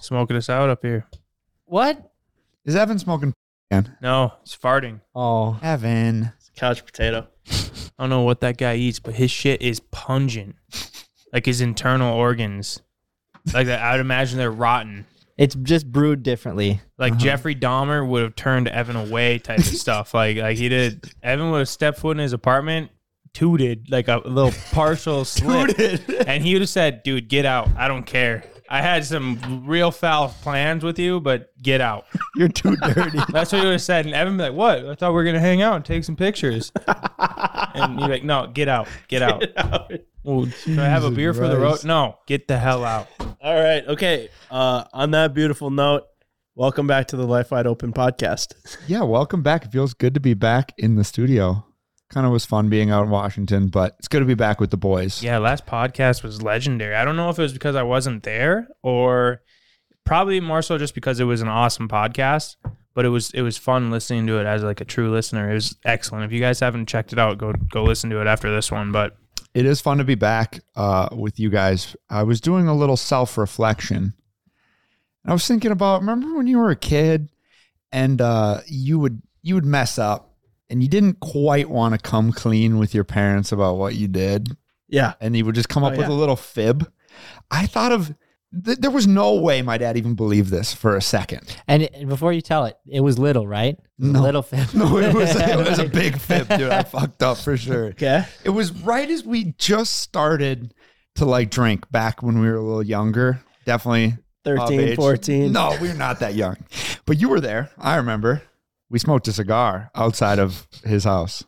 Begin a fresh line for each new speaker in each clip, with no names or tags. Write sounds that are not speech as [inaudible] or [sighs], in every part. smoking us out up here.
What?
Is Evan smoking again?
No, it's farting.
Oh,
Evan.
Couch potato.
I don't know what that guy eats, but his shit is pungent. like his internal organs. Like that, I'd imagine they're rotten.
it's just brewed differently.
Like Jeffrey Dahmer would have turned Evan away, type of stuff. Like like he did. Evan would have stepped foot in his apartment, tooted like a little [laughs] partial slip, and he would have said, "Dude, get out. I don't care. I had some real foul plans with you, but get out."
You're
[laughs]
too dirty.
That's what he would have said. And Evan would be like, What? I thought we were going to hang out and take some pictures. and you're like, No, get out. Get out. Well, should I have a
Jesus
beer for the road?
Christ.
No, get the hell out.
All right. Okay. Uh, on that beautiful note, welcome back to the Life Wide Open podcast. [laughs]
yeah, welcome back. It feels good to be back in the studio. Kind of was fun being out in Washington, but it's good to be back with the boys.
Yeah, last podcast was legendary. I don't know if it was because I wasn't there or probably more so just because it was an awesome podcast. But it was it was fun listening to it as like a true listener. It was excellent. If you guys haven't checked it out, go go listen to it after this one. But
It is fun to be back uh, with you guys. I was doing a little self reflection. I was thinking about remember when you were a kid and uh, you would you would mess up and you didn't quite want to come clean with your parents about what you did.
Yeah.
and he would just come up
Oh,
with
yeah.
a little fib. I thought of th- there was no way my dad even believed this for a second.
And it- before you tell it, it was little, right?
No.
Little fib.
[laughs] No, it
[laughs]
was it was a big fib, dude. I fucked up for sure.
Okay.
It was right as we just started to like drink back when we were a little younger. Definitely of
13,
age.
14.
No, we were not that young, but you were there. I remember. We smoked a cigar outside of his house.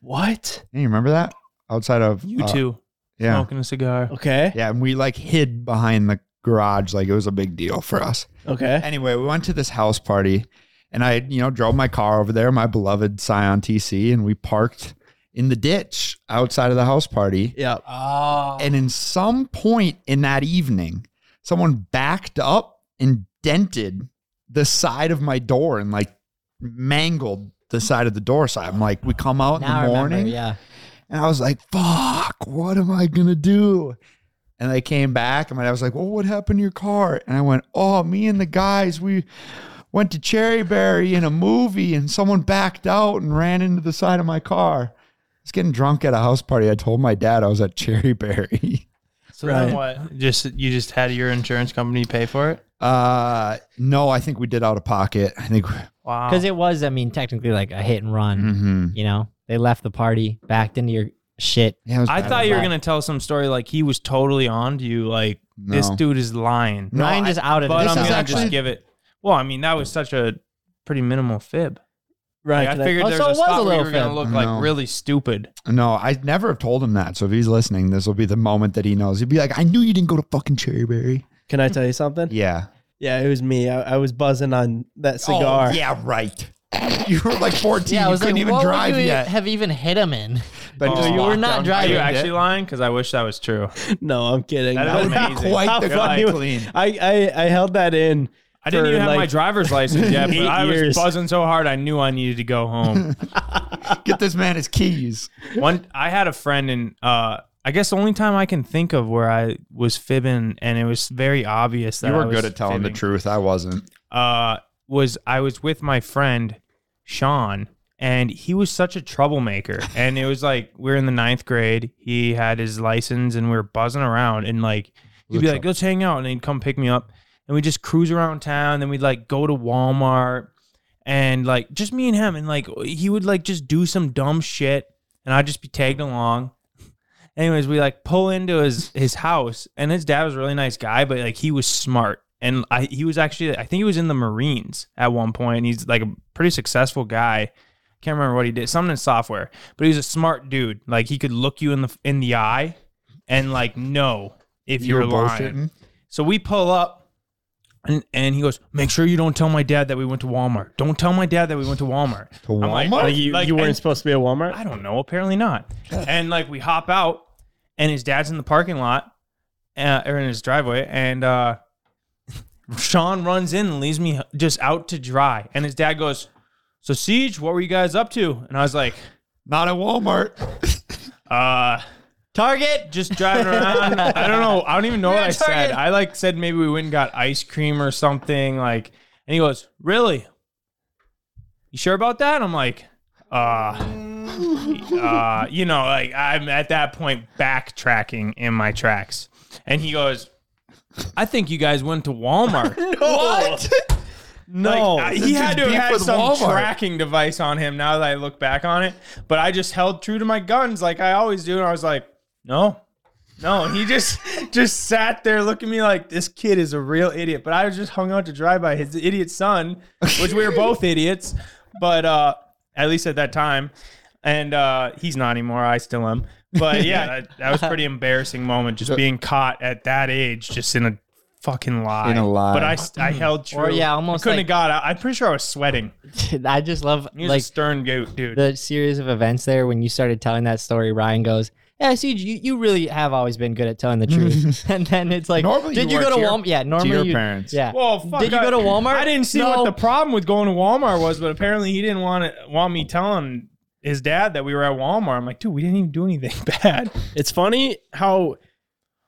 What?
Hey, You remember that? Outside of
you
uh,
two
yeah.
smoking a cigar.
Okay.
Yeah, and we like hid behind the garage like it was a big deal for us.
Okay.
Anyway, we went to this house party and I, you know, drove my car over there, my beloved Scion TC, and we parked in the ditch outside of the house party.
Yeah.
Oh,
And in some point in that evening, someone backed up and dented the side of my door and like mangled the side of the door. So I'm like, we come out
Now I
in the
remember,
morning.
yeah.
And I was like, fuck, what am I going to do? And they came back, and my dad was like, "Well, what happened to your car?" And I went, "Oh, me and the guys, we went to Cherryberry in a movie, and someone backed out and ran into the side of my car." I was getting drunk at a house party. I told my dad I was at [laughs] Cherryberry.
So then what? Just you just had your insurance company pay for it?
Uh, no, I think we did out of pocket. I think.
Wow.
Because it was, I mean, technically like a hit and run.
hmm
You know, they left the party, backed into your shit.
Yeah, it was
I
bad.
thought you were gonna tell some story like he was totally on to you, like this
No.
dude is lying.
No,
Ryan
I-
just outed
But
it.
I'm
is
gonna
actually-
just give it. Well, I mean, that was such a pretty minimal fib.
Right.
Like, I
can I-
figured
Oh,
there
so
was a
it
spot
was a
where you
little
were gonna
fib.
look
No.
like really stupid.
No, I never have told him that. So if he's listening, this will be the moment that he knows. He'd be like, "I knew you didn't go to fucking Cherryberry."
can I tell
[laughs]
you something?
Yeah.
Yeah, it was me. I, I was buzzing on
Oh,
that cigar.
Oh, yeah, right. [laughs] You were like 14.
yeah, I
you
was
couldn't
like,
even
what
drive
would you e-"
yet.
have even hit him in? [laughs]
But
Oh, you were not
Are
driving.
you actually lying? Because I wish that was true.
[laughs] No, I'm kidding.
That
I,
would've
was-
been amazing.
quite
How
the
funny
fucking
was-
clean.
[laughs] I, I I held that in.
I didn't
for,
even have my
like-
driver's license
[laughs]
yet, but
Eight
I was
years.
buzzing so hard I knew I needed to go home.
Get this man his [laughs] keys.
One, I had a friend, and uh, I guess the only time I can think of where I was fibbing, and it was very obvious that
You were
I was
good at telling the
fibbing,
truth. I wasn't.
Uh, was I was with my friend Sean, and he was such a troublemaker, and it was like we were in the ninth grade. He had his license, and we were buzzing around, and like he'd be like, "Let's hang out," and he'd come pick me up, and we just cruise around town. Then we'd like go to Walmart, and like just me and him, and like he would like just do some dumb shit, and I'd just be tagged along. [laughs] Anyways, we like pull into his his house, and his dad was a really nice guy, but like he was smart, and I he was actually I think he was in the Marines at one point, and he's like a pretty successful guy. Can't remember what he did, something in software, but he was a smart dude. Like he could look you in the in the eye, and like know if
You
are
were
lying.
bullshitting.
So we pull up and, and he goes, Make sure you don't tell my dad that we went to Walmart. Don't tell my dad that we went to Walmart.
To
I'm
Walmart?
Like you, you weren't
Oh, and-
supposed to be at Walmart.
I don't know. Apparently not. and like we hop out, and his dad's in the parking lot, uh, or in his driveway, and uh, [laughs] Sean runs in and leaves me just out to dry. And his dad goes, "So Siege, what were you guys up to?" And I was like,
Not at Walmart. [laughs]
"Uh." Target, just driving around. [laughs] I don't know. I don't even know what I said. I like said maybe we went and got ice cream or something. Like, and he goes, "Really? You sure about that?" I'm like, "Uh, uh, you know, like I'm at that point backtracking in my tracks. And he goes, I think you guys went to [laughs] Walmart.
What? no.
Like, I- he had to
beef
have had
with
some
Walmart.
tracking device on him now that I look back on it. But I just held true to my guns like I always do. And I was like, no. No, he [laughs] just just sat there looking at me like this kid is a real idiot. But I was just hung out to dry by his idiot son, which
[laughs]
we were both idiots. But uh at least at that time. And uh he's not anymore. I still am. But
[laughs]
yeah, that, that was a pretty embarrassing moment just being caught at that age just in a fucking lie.
In a lie.
But I I, I held true.
Or, yeah, almost
I couldn't
like-
have got out. I'm pretty sure I was sweating.
I just love
He was
like
a stern goat, dude.
the series of events there when you started telling that story. Ryan goes, "Yeah, see, you, you really have always been good at telling
[laughs]
the truth." [laughs] and then it's like,
Normally
did
you
you, go
were
to
to your-
Walmart? Yeah, normally
your
you-
parents.
Yeah.
well, fuck,
did you
I-
go to Walmart?
I didn't see what
No.
the problem with going to Walmart was, but apparently he didn't want it, want me telling his dad that we were at Walmart. I'm like, dude, we didn't even do anything [laughs] bad.
It's funny how,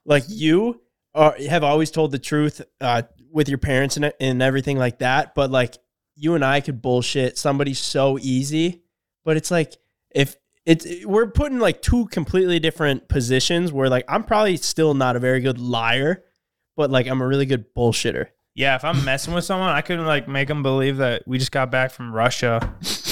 like, you are, have always told the truth uh, with your parents and, and everything like that. But, like, you and I could bullshit somebody so easy. But it's like, if it's, we're put in like two completely different positions where, like, I'm probably still not a very good liar, but, like, I'm a really good bullshitter.
Yeah, if I'm messing with someone, I couldn't like make them believe that we just got back from Russia.
[laughs]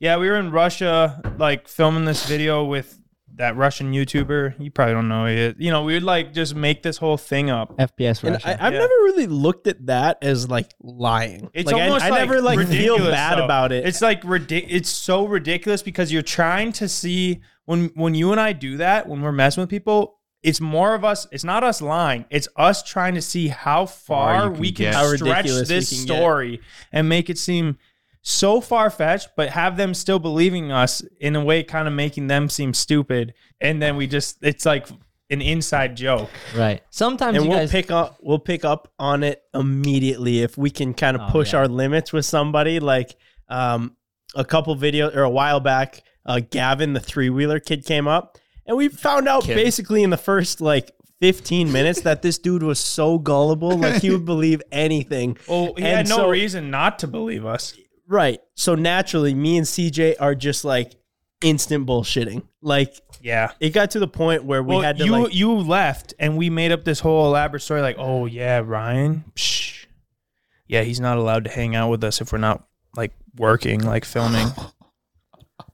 yeah, we were in Russia, like filming this video with that Russian YouTuber. You probably don't know it. You know, we would like just make this whole thing up.
FPS
And
Russia.
I, I've
Yeah.
never really looked at that as like lying.
It's
like, I-
almost
I, never like feel
ridiculous,
bad
though.
about it.
It's like ridic- It's so ridiculous because you're trying to see when when you and I do that when we're messing with people. It's more of us. It's not us lying. It's us trying to see how far
you can
we can
get. How
stretch
ridiculous we
this
can get.
story and make it seem so far fetched, but have them still believing us in a way, kind of making them seem stupid. And then we just, it's like an inside joke.
right. Sometimes
and
you
we'll
guys
pick up we'll pick up on it immediately if we can kind of
Oh,
push
yeah.
our limits with somebody like um a couple video or a while back uh Gavin the three-wheeler kid came up and we found out basically in the first like 15 minutes that this dude was so gullible, like he would believe anything.
Oh, he had
And
no
so-
reason not to believe us.
Right. So naturally, me and CJ are just like instant bullshitting. Like
Yeah.
it got to the point where we
well,
had to
you
like
you left, and we made up this whole elaborate story. Like, oh yeah, Ryan. Psh. Yeah, he's not allowed to hang out with us if we're not like working, like
[laughs]
filming.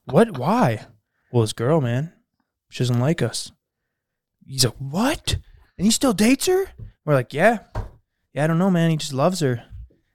what? Why? Well, his girl, man, she doesn't like us. He's like, what? And he still dates her? We're like, yeah, yeah. I don't know, man. He just loves her,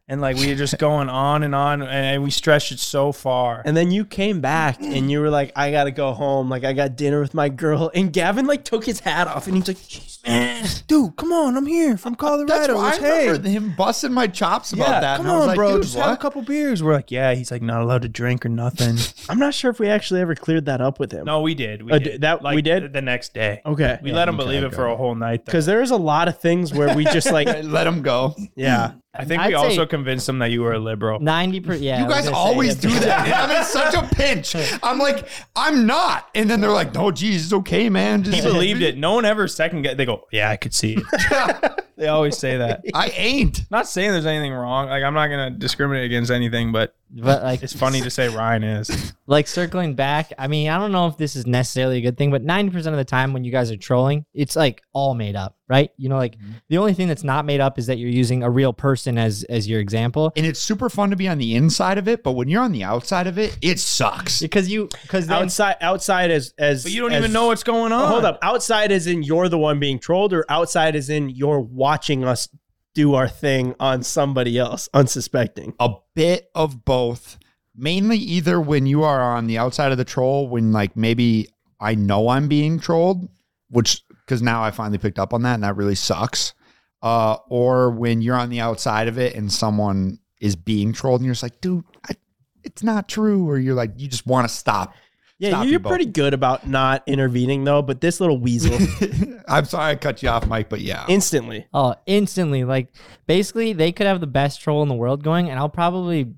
and like we were
[laughs]
just going on and on, and we stretched it so far.
And then you came back and you were like, I gotta go home. Like I got dinner with my girl. And Gavin like took his hat off and he's like, "Jeez, man,
dude, come on, I'm here from
That's
Colorado.
why I
It's- hey,
remember him busting my chops about that.
Come
and I was
on,
like,
bro.
dude,
Just
what?
have a couple beers. We're like, yeah. He's like, not allowed to drink or [laughs] nothing.
I'm not sure if we actually ever cleared that up with him.
no, we did. We
Uh,
did.
that- we did?
the next day.
Okay.
We let him believe it for a whole night. Because
Cause there is a lot of things where we
[laughs]
just like
Let him go.
Yeah.
I think
I'd
we
say-
also convinced him that you were a liberal.
Ninety percent. Yeah, I
You
was
guys
gonna say
always
that.
do that. and I'm in such a pinch. I'm like, I'm not. And then they're like, no, geez, it's okay, man. Just
He believed it. No one ever second guessed. They go, yeah, I could see it. [laughs] they always say that.
[laughs] I ain't.
Not saying there's anything wrong. Like I'm not gonna discriminate against anything, but
But like,
it's funny to say Ryan is.
like circling back. I mean, I don't know if this is necessarily a good thing, but ninety percent of the time when you guys are trolling, it's like all made up, right? You know,
Mm-hmm.
like the only thing that's not made up is that you're using a real person as as your example
And it's super fun to be on the inside of it, but when you're on the outside of it, it sucks.
because you because then
outside outside as as
But you don't
as-
even know what's going on.
Oh, hold up. Outside is in you're the one being trolled, or outside is in you're watching us do our thing on somebody else, unsuspecting.
A bit of both. Mainly either when you are on the outside of the troll, when like maybe I know I'm being trolled, which because now I finally picked up on that and that really sucks. Uh, or when you're on the outside of it and someone is being trolled and you're just like, dude, I, it's not true. Or you're like, you just want to stop. [laughs]
Yeah,
Stop
you're
you both.
pretty good about not intervening though, but this little weasel
I'm sorry I cut you off, Mike, but yeah.
instantly.
Oh, instantly. Like basically they could have the best troll in the world going and I'll probably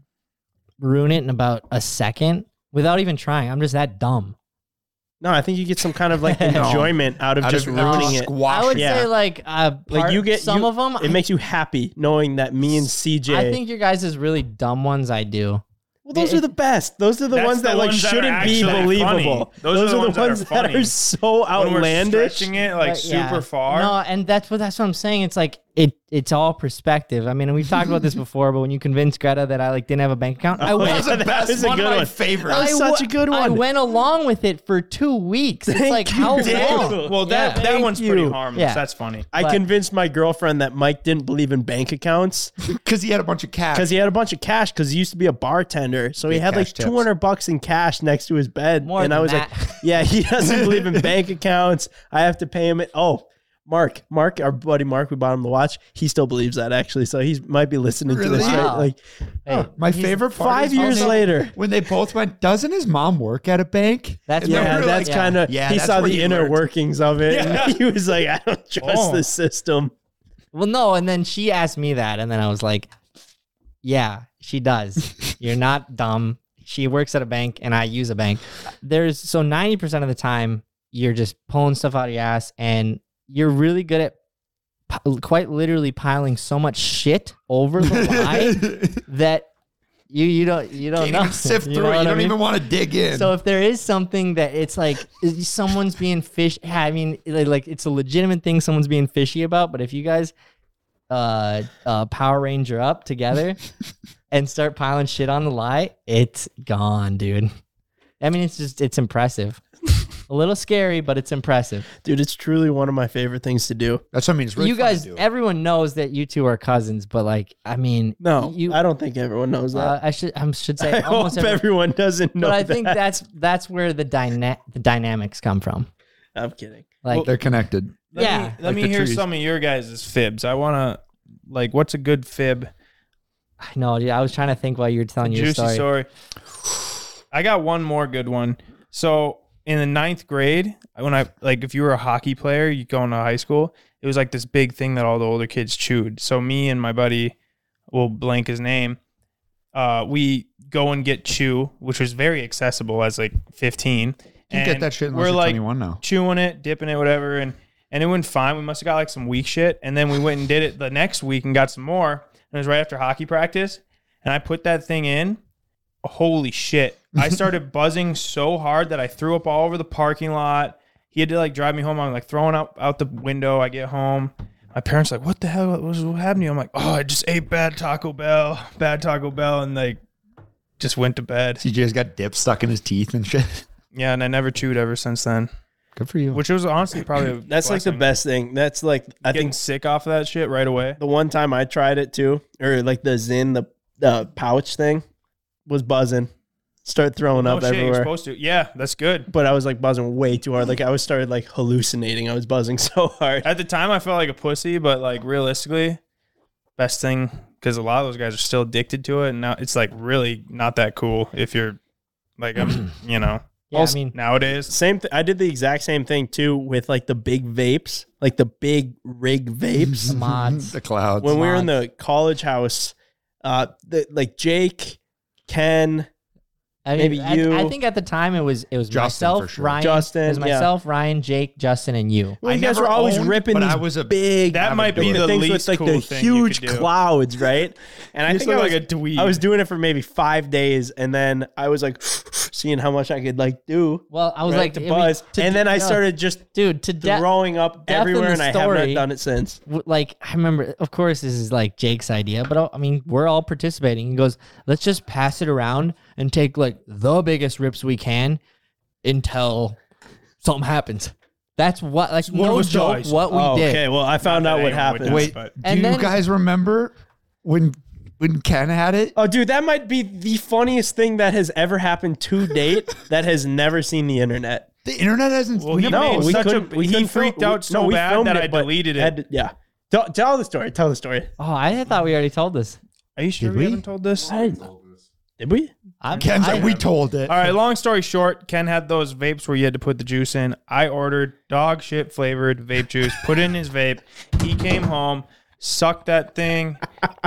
ruin it in about a second without even trying. I'm just that dumb.
No, I think you get some kind of like
No.
enjoyment out of
Out
just
of- out of
ruining it.
squash
I would
it.
yeah.
say like uh
Like you get
some
you-
of them
It makes you happy knowing that me and CJ.
I think your guys' really dumb ones I do.
well, those are the best. Those are the
That's
ones
the
that like
ones that are
shouldn't be
actually funny.
believable. Those, are the ones, that, are
funny.
so
When we're
outlandish.
stretching it like
But, yeah.
super far.
No, and that's what that's what I'm saying. It's like it it's all perspective. I mean, and we've talked about this before, but when you convinced Greta that I like didn't have a bank account, I
Oh,
went
yeah,
[laughs]
That's the
[laughs] that
best
was a
one
good
of my
one.
favorites.
That was
I
such
wa-
a good
I
one.
went along with it for two weeks. It's
Thank
like
you,
Oh,
how
Daniel.
long?
Well, that
Yeah.
that
Thank
one's
you.
pretty harmless.
Yeah.
That's funny.
I
But-
convinced my girlfriend that Mike didn't believe in bank accounts
Because he had a bunch of cats.
because he had a bunch of cash because he used to be a bartender. So he
Yeah,
had like
cash tips.
200 bucks in cash next to his bed.
More
and I
than
was like,
that.
yeah, he doesn't believe
[laughs]
in bank accounts. I have to pay him. It. Oh, Mark, Mark, our buddy Mark, we bought him the watch. He still believes that actually. So he might be listening to this.
Really?
Right?
Wow.
Like
Hey,
My favorite part
five
is
years
also [laughs]
later.
when they both went. Doesn't his mom work at a bank?
That's
And then
where-
we
Yeah,
were
that's
like,
kind of.
Yeah,
he
that's
saw
where
the
he
inner
learned.
workings of it.
Yeah.
And [laughs] he was like, "I don't trust
Oh.
the system."
Well, no, and then she asked me that, and then I was like, "Yeah,
[laughs]
she does. You're not dumb. She works at a bank, and I use a bank. There's so ninety percent of the time you're just pulling stuff out of your ass, and you're really good at pi- quite literally piling so much shit over the
[laughs]
line that you you don't you don't
Can't
know
even sift
[laughs] You
through it.
know what
You
I
don't
mean?
even want to dig in.
So if there is something that it's like is- someone's being fish, I mean, like like, it's a legitimate thing someone's being fishy about. But if you guys uh, uh Power Ranger
[laughs]
up together and start piling shit on the lie, it's gone, dude. I mean, it's just it's impressive. a little scary, but it's impressive.
Dude, it's truly one of my favorite things to do.
That's what I mean. It's really
you
fun to
guys,
do.
everyone knows that you two are cousins, but like, I mean,
No,
you.
I
I,
don't think everyone knows that.
uh, I should I should say
[laughs] I
almost
hope
every,
everyone doesn't know.
but I
that.
think that's that's where the dyna- the dynamics come from.
I'm kidding.
Like
they're connected.
Let
Yeah.
Me, let
Like
me
the
hear
trees.
some of your guys' fibs. I want to, like, what's a good fib?
I know, dude. I was trying to think while you were telling your
Juicy
story.
story. I got one more good one. So in the ninth grade, when I like, if you were a hockey player, you go into high school. It was like this big thing that all the older kids chewed. So me and my buddy, will blank his name. Uh, we go and get chew, which was very accessible as like fifteen.
You can
and
get that shit unless
we're
you're
like
21 now.
chewing it, dipping it, whatever. And and it went fine. We must have got like some weak shit, and then we went and did it the next week and got some more. And it was right after hockey practice, and I put that thing in. Holy shit!
[laughs]
I started buzzing so hard that I threw up all over the parking lot. He had to like drive me home. I'm like throwing up out the window. I get home. My parents are like, what the hell what was what happened to you? I'm like, oh, I just ate bad Taco Bell, bad Taco Bell, and like just went to bed.
TJ's got dip stuck in his teeth and shit.
Yeah, and I never chewed ever since then,
Good for you.
which was honestly probably a
That's like the
blessing.
best thing. That's like I
Getting
think
sick off of that shit right away.
the one time I tried it too, or like the Zin the the pouch thing was buzzing, start throwing
Oh
up
shit, you're
everywhere.
supposed to. Yeah, that's good.
But I was like buzzing way too hard. Like I was started like hallucinating. I was buzzing [laughs] so hard.
At the time, I felt like a pussy, but like realistically, best thing because a lot of those guys are still addicted to it, and now it's like really not that cool if you're like
[clears throat]
I'm, you know,
Yeah, I mean,
nowadays.
Same. Th- I did the exact same thing too with like the big vapes, like the big rig
[laughs]
vapes.
[laughs]
mods.
the clouds.
when we were in the college house, uh, the, like Jake, Ken,
I
Maybe
I-
you-
I think at the time it was it was
Justin, for
myself,
sure.
Ryan,
Justin,
it was
yeah.
myself, Ryan, Jake, Justin, and you.
well,
I
you guys
never
were always
owned,
ripping
but
these
I was a
big.
That might be
the
the
things
least
with like the
cool thing you could
huge
do. [laughs]
clouds, right? And I
You
think I
sound
was,
like a dweeb.
I was doing it for maybe five days, and then I was like [sighs] seeing how much I could like do.
Well, I was
right,
like
to
it was-
buzz,
to-
and then I
no,
started just
dude to death.
throwing up
death in
everywhere,
the
and I have not
story.
done it since.
w- like I remember, of course, this is like Jake's idea, but uh, I- I mean, we're all participating. He goes, "Let's just pass it around and take like the biggest rips we can until something happens." That's what, like,
one of
no
us
joke,
dies.
what we
Oh,
did.
okay, well, I found out
that anyone
what
would
happened.
do.
Wait,
But-
do
And
you
then-
guys remember when when Ken had it?
Oh, dude, that might be the funniest thing that has ever happened to date that has never seen the internet.
The internet hasn't.
Well,
we
he
never-
made
we
such a-
couldn't- we
he
couldn't
freaked
film-
out
we-
so
we
bad
filmed
that I
but
deleted it.
had to- yeah. Tell, tell the story. Tell the story.
Oh, I thought we already told this.
Are you sure
Did
we
we?
haven't told this?
Did we?
I'm,
Ken's
I-
like, we told it.
All right, long story short, Ken had those vapes where you had to put the juice in. I ordered dog shit flavored vape juice, put it in his vape. He came home, sucked that thing,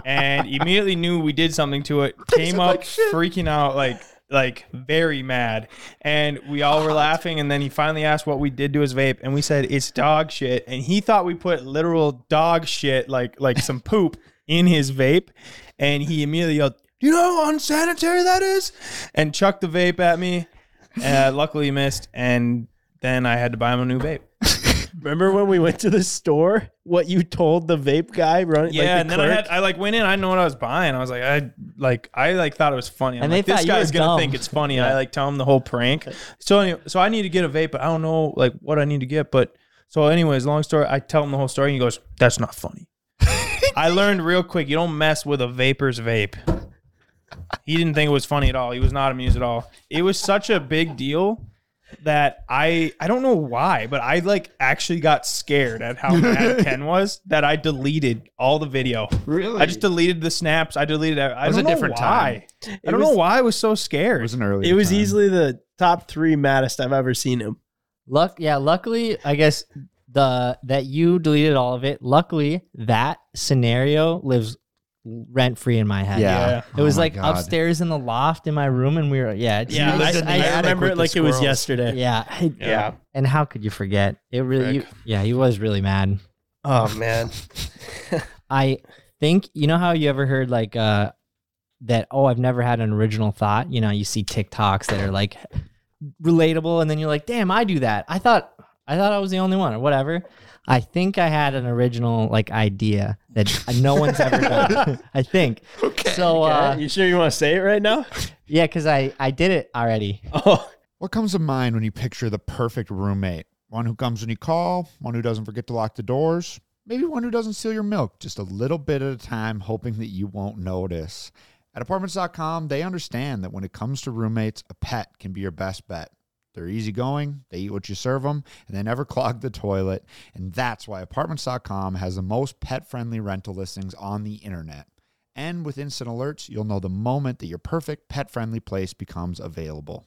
and immediately knew we did something to it. Came up freaking out like like very mad. And we all were laughing and then he finally asked what we did to his vape and we said it's dog shit and he thought we put literal dog shit like like some poop in his vape and he immediately yelled, "You know how unsanitary that is?" and chucked the vape at me. Uh, luckily, he missed, and then I had to buy him a new vape.
Remember when we went to the store? What you told the vape guy running?
Yeah,
like
and
the
then I
clerk?
had I like went in. I didn't know what I was buying. I was like, I like I like thought it was funny. I'm
And they
like, this
thought you were
guy's gonna
dumb.
think it's funny. I like tell him the whole prank. So anyway, so I need to get a vape, but I don't know like what I need to get. But so, anyways, long story. I tell him the whole story, and he goes, "That's not funny." [laughs] I learned real quick. You don't mess with a vapor's vape. He didn't think it was funny at all. He was not amused at all. It was such a big deal that I I don't know why, but I like actually got scared at how
[laughs]
mad Ken was that I deleted all the video.
Really?
I just deleted the snaps. I deleted. I
was
don't
a
know
different
why. I don't
was-
know why I was so scared.
It was an early.
it was
time.
easily the top three maddest I've ever seen him.
Luck, yeah. Luckily, I guess the that you deleted all of it. Luckily, that scenario lives rent free in my head.
Yeah.
Yeah.
It was
Oh my
like
God.
upstairs in the loft in my room, and we were yeah, it's-
Yeah, I,
lived in the
I
attic
remember
with
it
the
like it was
squirrels.
yesterday.
yeah, I-
Yeah.
And how could you forget? It really, you, yeah, he was really mad.
Oh man,
[laughs] I think you know how you ever heard like uh that. Oh, I've never had an original thought. You know, you see TikToks that are like relatable, and then you're like, damn, I do that. I thought I thought I was the only one, or whatever. I think I had an original like idea that no one's [laughs] ever done. I think. Okay. So
Uh,
uh,
you sure you want to say it right
[laughs]
now?
yeah, because I I did it already.
Oh,
What comes to mind when you picture the perfect roommate? One who comes when you call, one who doesn't forget to lock the doors, maybe one who doesn't steal your milk just a little bit at a time, hoping that you won't notice. At apartments.com, they understand that when it comes to roommates, a pet can be your best bet. They're easygoing, they eat what you serve them, and they never [laughs] clog the toilet. And that's why apartments.com has the most pet friendly rental listings on the internet. And with instant alerts, you'll know the moment that your perfect pet friendly place becomes available.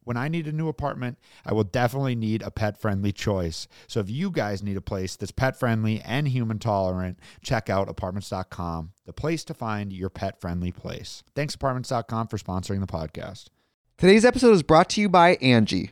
When I need a new apartment, I will definitely need a pet friendly choice. So if you guys need a place that's pet friendly and human tolerant, check out apartments.com, the place to find your pet friendly place. Thanks, apartments.com, for sponsoring the podcast.
Today's episode is brought to you by Angie.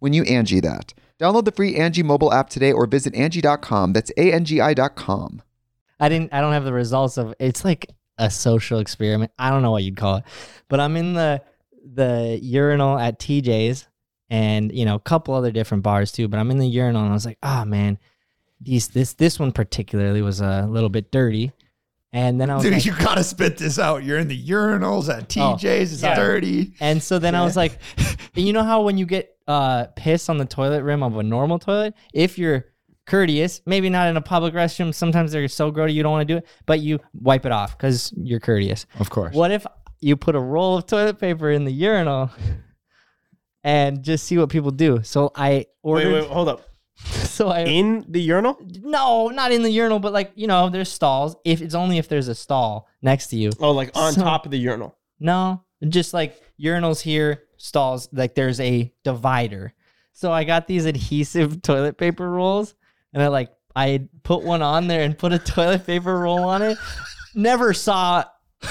when you Angie that. Download the free Angie mobile app today or visit Angie.com. That's A-N-G-I dot com.
I didn't. I don't have the results of. It's like a social experiment. I don't know what you'd call it, but I'm in the the urinal at TJ's, and you know, a couple other different bars too. But I'm in the urinal, and I was like, ah, man, these this this one particularly was a little bit dirty. And then I was
[laughs]
like,
Dude, you gotta spit this out. You're in the urinals at
Oh,
TJ's. it's
yeah.
dirty.
And so then I was like, you know how when you get uh, piss on the toilet rim of a normal toilet, if you're courteous, maybe not in a public restroom, sometimes they're so grody you don't want to do it, but you wipe it off because you're courteous.
Of course.
What if you put a roll of toilet paper in the urinal and just see what people do? So I
Wait,
ordered.
wait, hold up.
[laughs] So I
In the urinal?
no, not in the urinal, but like you know, there's stalls. If it's only if there's a stall next to you.
Oh, like on
So-
top of the urinal.
No, just like urinals here, stalls, like there's a divider. So I got these adhesive [laughs] toilet paper rolls and I like I put one on there and put a [laughs] toilet paper roll on it. Never saw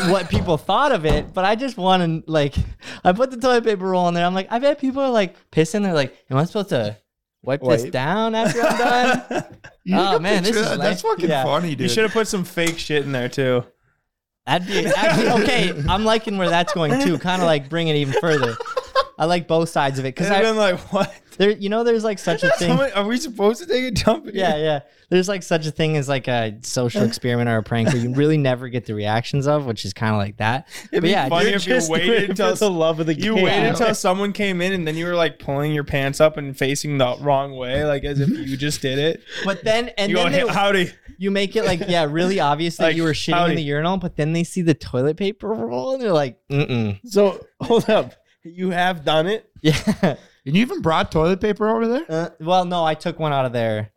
what people thought of it, but I just wanted like I put the toilet paper roll on there. I'm like, I bet people are like pissing. They're like, am I supposed to wipe this
Wait.
down after I'm done?
You
Oh,
took a
man,
picture
this
of
is
that? that's
like-
fucking
yeah.
funny,
You
dude.
should have put some fake shit in there too.
That'd be actually okay. I'm liking where that's going too. Kind of like bring it even further. I like both sides of it because
I've
I
been like, what?
There, you know, there's like such a thing.
Someone- are we supposed to take a dump? in
Yeah,
here?
yeah. There's like such a thing as like a
[laughs]
social experiment or a prank where you really never get the reactions of, which is kind of like that. but
be
yeah,
funny
dude,
if you waited until
the love of the
You
game.
waited until someone came in, and then you were like pulling your pants up and facing the wrong way, like as if you just did it.
but then and
you go,
then
"Hey,
they-
howdy.
you make it like yeah, really obvious that
Like,
you were shitting
howdy.
in the urinal, but then they see the toilet paper roll and they're like,
Uh.
mm mm.
So hold up. You have done it.
Yeah.
and you even brought toilet paper over there?
Uh, well, no, I took one out of there.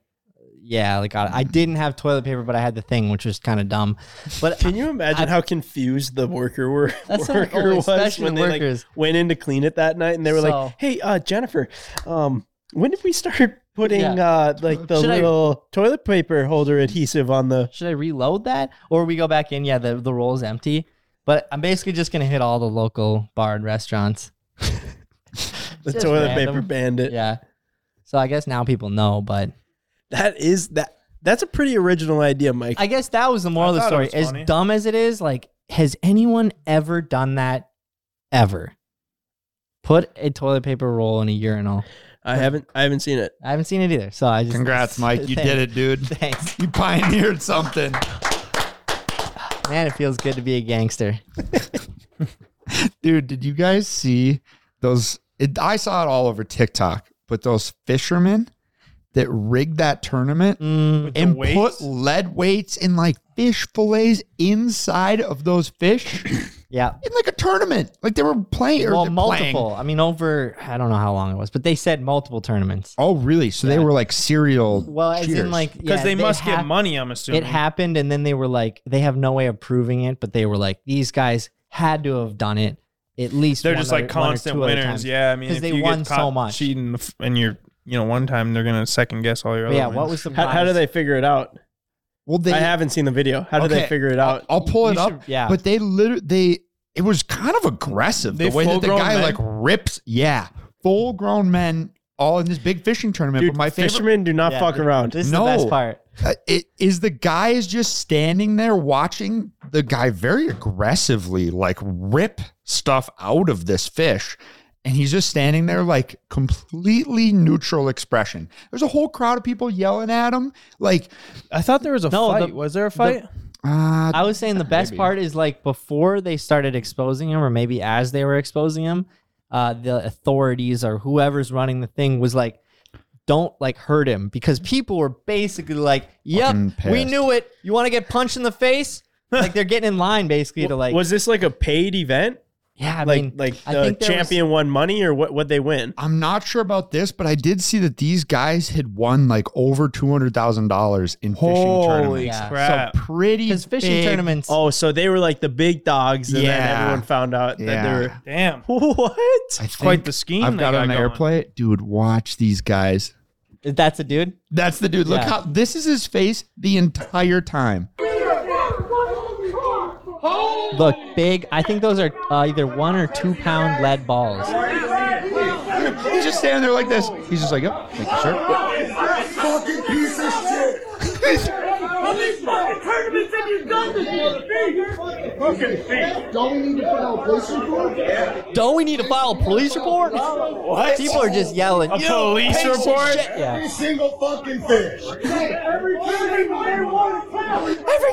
Yeah, like I, I didn't have toilet paper, but I had the thing, which was kind of dumb. But
Can you imagine how confused the worker were
[laughs] That's not-
worker
oh,
was
especially
when
the
they like,
workers.
went in to clean it that night and they were
So-
like, "Hey, uh, Jennifer, um, when did we start [laughs] putting
Yeah.
uh, like the
Should I-
little toilet paper holder adhesive on the?"
should I reload that? Or we go back in, yeah, the, the roll is empty. But I'm basically just gonna hit all the local bar and restaurants.
the
Just
toilet
random.
paper bandit.
Yeah. So I guess now people know, but
That is that. That's a pretty original idea, Mike.
I guess that was the moral of the
thought
story.
it was
As
funny.
dumb as it is, like, has anyone ever done that ever? Put a toilet paper roll in a urinal.
I haven't. I haven't seen it.
I haven't seen it either. So I just
Congrats, Mike.
[laughs]
You did it, [laughs] dude.
Thanks.
You pioneered something.
Man, it feels good to be a gangster.
Dude, did you guys see those? It, I saw it all over TikTok, but those fishermen that rigged that tournament
Mm,
The
and
weights?
put lead weights in like fish fillets inside of those fish in
yeah.
like a tournament. Like they were playing. or
Well,
they're playing.
multiple. I mean, over I don't know how long it was, but they said multiple tournaments.
Oh, really? So they were like serial.
Well, as
cheaters.
in like
because
yeah,
they, must
ha-
get money. I'm assuming
It happened, and then they were like, they have no way of proving it, but they were like, these guys had to have done it at least.
They're
one
just
other-
like
one or
constant
two other
winners.
times.
Yeah, I mean,
'Cause
if
they
you
won
get
so
caught
much.
cheating, the f- and you're you know one time they're gonna second guess all your
But
other.
yeah.
wins.
What was the
How, how do
prize?
they figure it out?
well, they
I haven't seen the video. How do they
Okay.
figure it out?
I'll pull
You
it up.
should- yeah.
But they literally they it was kind of aggressive
They
the way that the
full-grown
guy
men?
like rips. Yeah, full grown men all in this big fishing tournament.
Dude,
but my favorite
fishermen do not
Yeah,
fuck
th-
around.
This is
No.
the best part.
uh, it, is the guy is just standing there watching the guy very aggressively like rip stuff out of this fish. And he's just standing there like completely neutral expression. There's a whole crowd of people yelling at him. Like,
I thought there was a
No,
fight.
the-
was there a fight?
uh,
I
[laughs]
was saying the best part is like before they started exposing him, or maybe as they were exposing him, uh, the authorities or whoever's running the thing was like, "Don't like hurt him," because people were basically like,
Fucking
"Yep, we
pissed.
knew it. You want to get punched in
[laughs]
the face?" like they're getting in line basically to like,
was this like a paid event?
yeah, I
like
mean,
like
I
the
think there was-
champion won money or what? What they win?
I'm not sure about this, but I did see that these guys had won like over two hundred thousand dollars in fishing tournaments.
Yeah.
crap?
So pretty
because fishing
big-
tournaments.
Oh, so they were like the big dogs, and then
Yeah.
everyone found out that
Yeah.
they were
Damn,
[laughs] what?
I think
quite the scheme
I've
they
got,
got
an
going.
airplay, dude. Watch these guys.
that's a dude.
That's the dude. Look
Yeah.
how this is his face the entire time.
Look, big. I think those are uh, either one or two pound lead balls.
He's just standing there like this. He's just like, yep, thank you, sir.
fucking piece of shit. At least fucking turn him and send his gun to you. Fucking feet. Don't we need to put out a police report?
Don't we need to file a police report? What? People are just yelling. A
police report?
Yeah.
Every single fucking fish.
Every
Every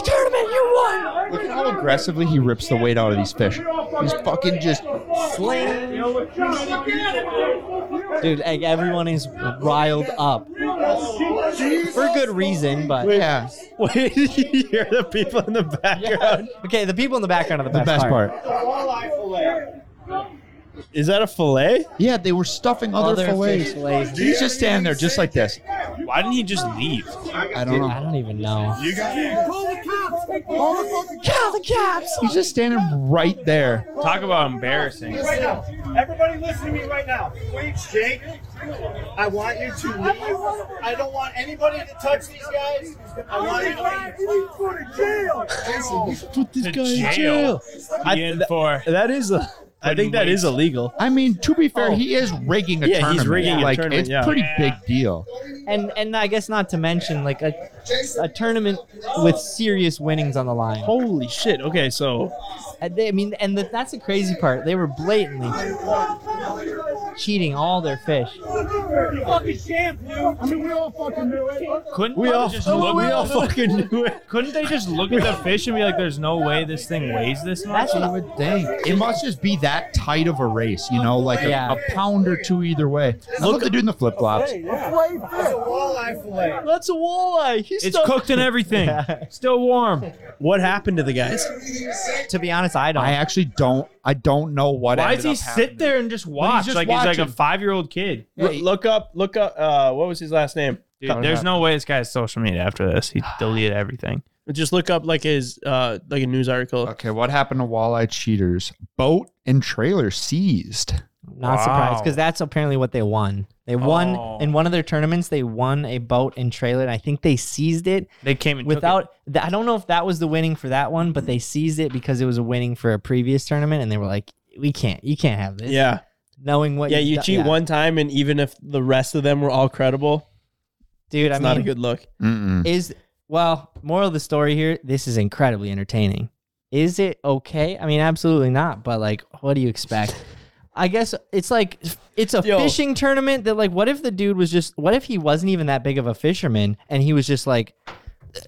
tournament you won.
Look at how aggressively he rips the weight out of these fish. He's fucking just.
Sling. Dude, like, everyone is riled up for good reason, but
Yeah,
[laughs] Wait, you hear the people in the
[laughs]
background?
[laughs] okay, the people in the background are the
the
best,
best part.
Is that a fillet?
Yeah, they were stuffing other,
Other
fillets.
fish fillets.
He's just standing there, just like this.
Why didn't he just leave?
I don't
Dude,
know.
I don't even know.
Call the cops. He's just standing right there.
Talk about embarrassing.
Everybody listen to me right now. Wait, Jake. I want you to leave. I don't want anybody to touch these guys. I want you to leave.
Put this
To jail.
I-
He in for
That is a. I think that is illegal.
I mean, to be fair, he is rigging a
Oh. Yeah, he's
tournament.
rigging a
like,
tournament,
It's
yeah.
pretty
Yeah.
big deal.
And and I guess not to mention like a a tournament with serious winnings on the line.
Holy shit! Okay, so
And they, I mean, and the, that's the crazy part. They were blatantly cheating all their fish.
I mean, we all fucking knew it.
couldn't
we
they
all
just look?
we
[laughs]
all fucking knew it.
couldn't they just look at the fish and be like, "There's no way this thing weighs this much."
That's what I-
would think. It must just be that tight of a race, you know, like a,
Yeah.
a pound or two either way. Look, the dude in the flip flops.
That's a walleye. He's
it's cooked and everything, still warm.
What happened to the guys?
To be honest, I don't.
I actually don't. I don't know what.
Why
ended
does he
up
sit there and just watch?
just
like he's like a
watching.
five-year-old kid.
Look-
Hey.
Look up, look up. Uh, what was his last name?
Dude, there's no way this guy has social media after this. He deleted everything.
Just look up like his uh like a news article.
Okay, what happened to walleye cheaters? Boat and trailer seized.
Not surprised
Wow.
because that's apparently what they won. They won
Oh.
in one of their tournaments. They won a boat and trailer, and I think they seized it
They came and took
without. th- I don't know if that was the winning for that one, but they seized it because it was a winning for a previous tournament, and they were like, "We can't, you can't have this."
Yeah,
knowing what.
yeah.
you've
You
done-
cheat
yeah.
one time, and even if the rest of them were all credible,
dude.
it's
I mean,
not a good look.
Mm-mm.
is well moral of the story here this is incredibly entertaining is it okay i mean absolutely not but like what do you expect i guess it's like it's a
Yo.
fishing tournament that like what if the dude was just what if he wasn't even that big of a fisherman and he was just like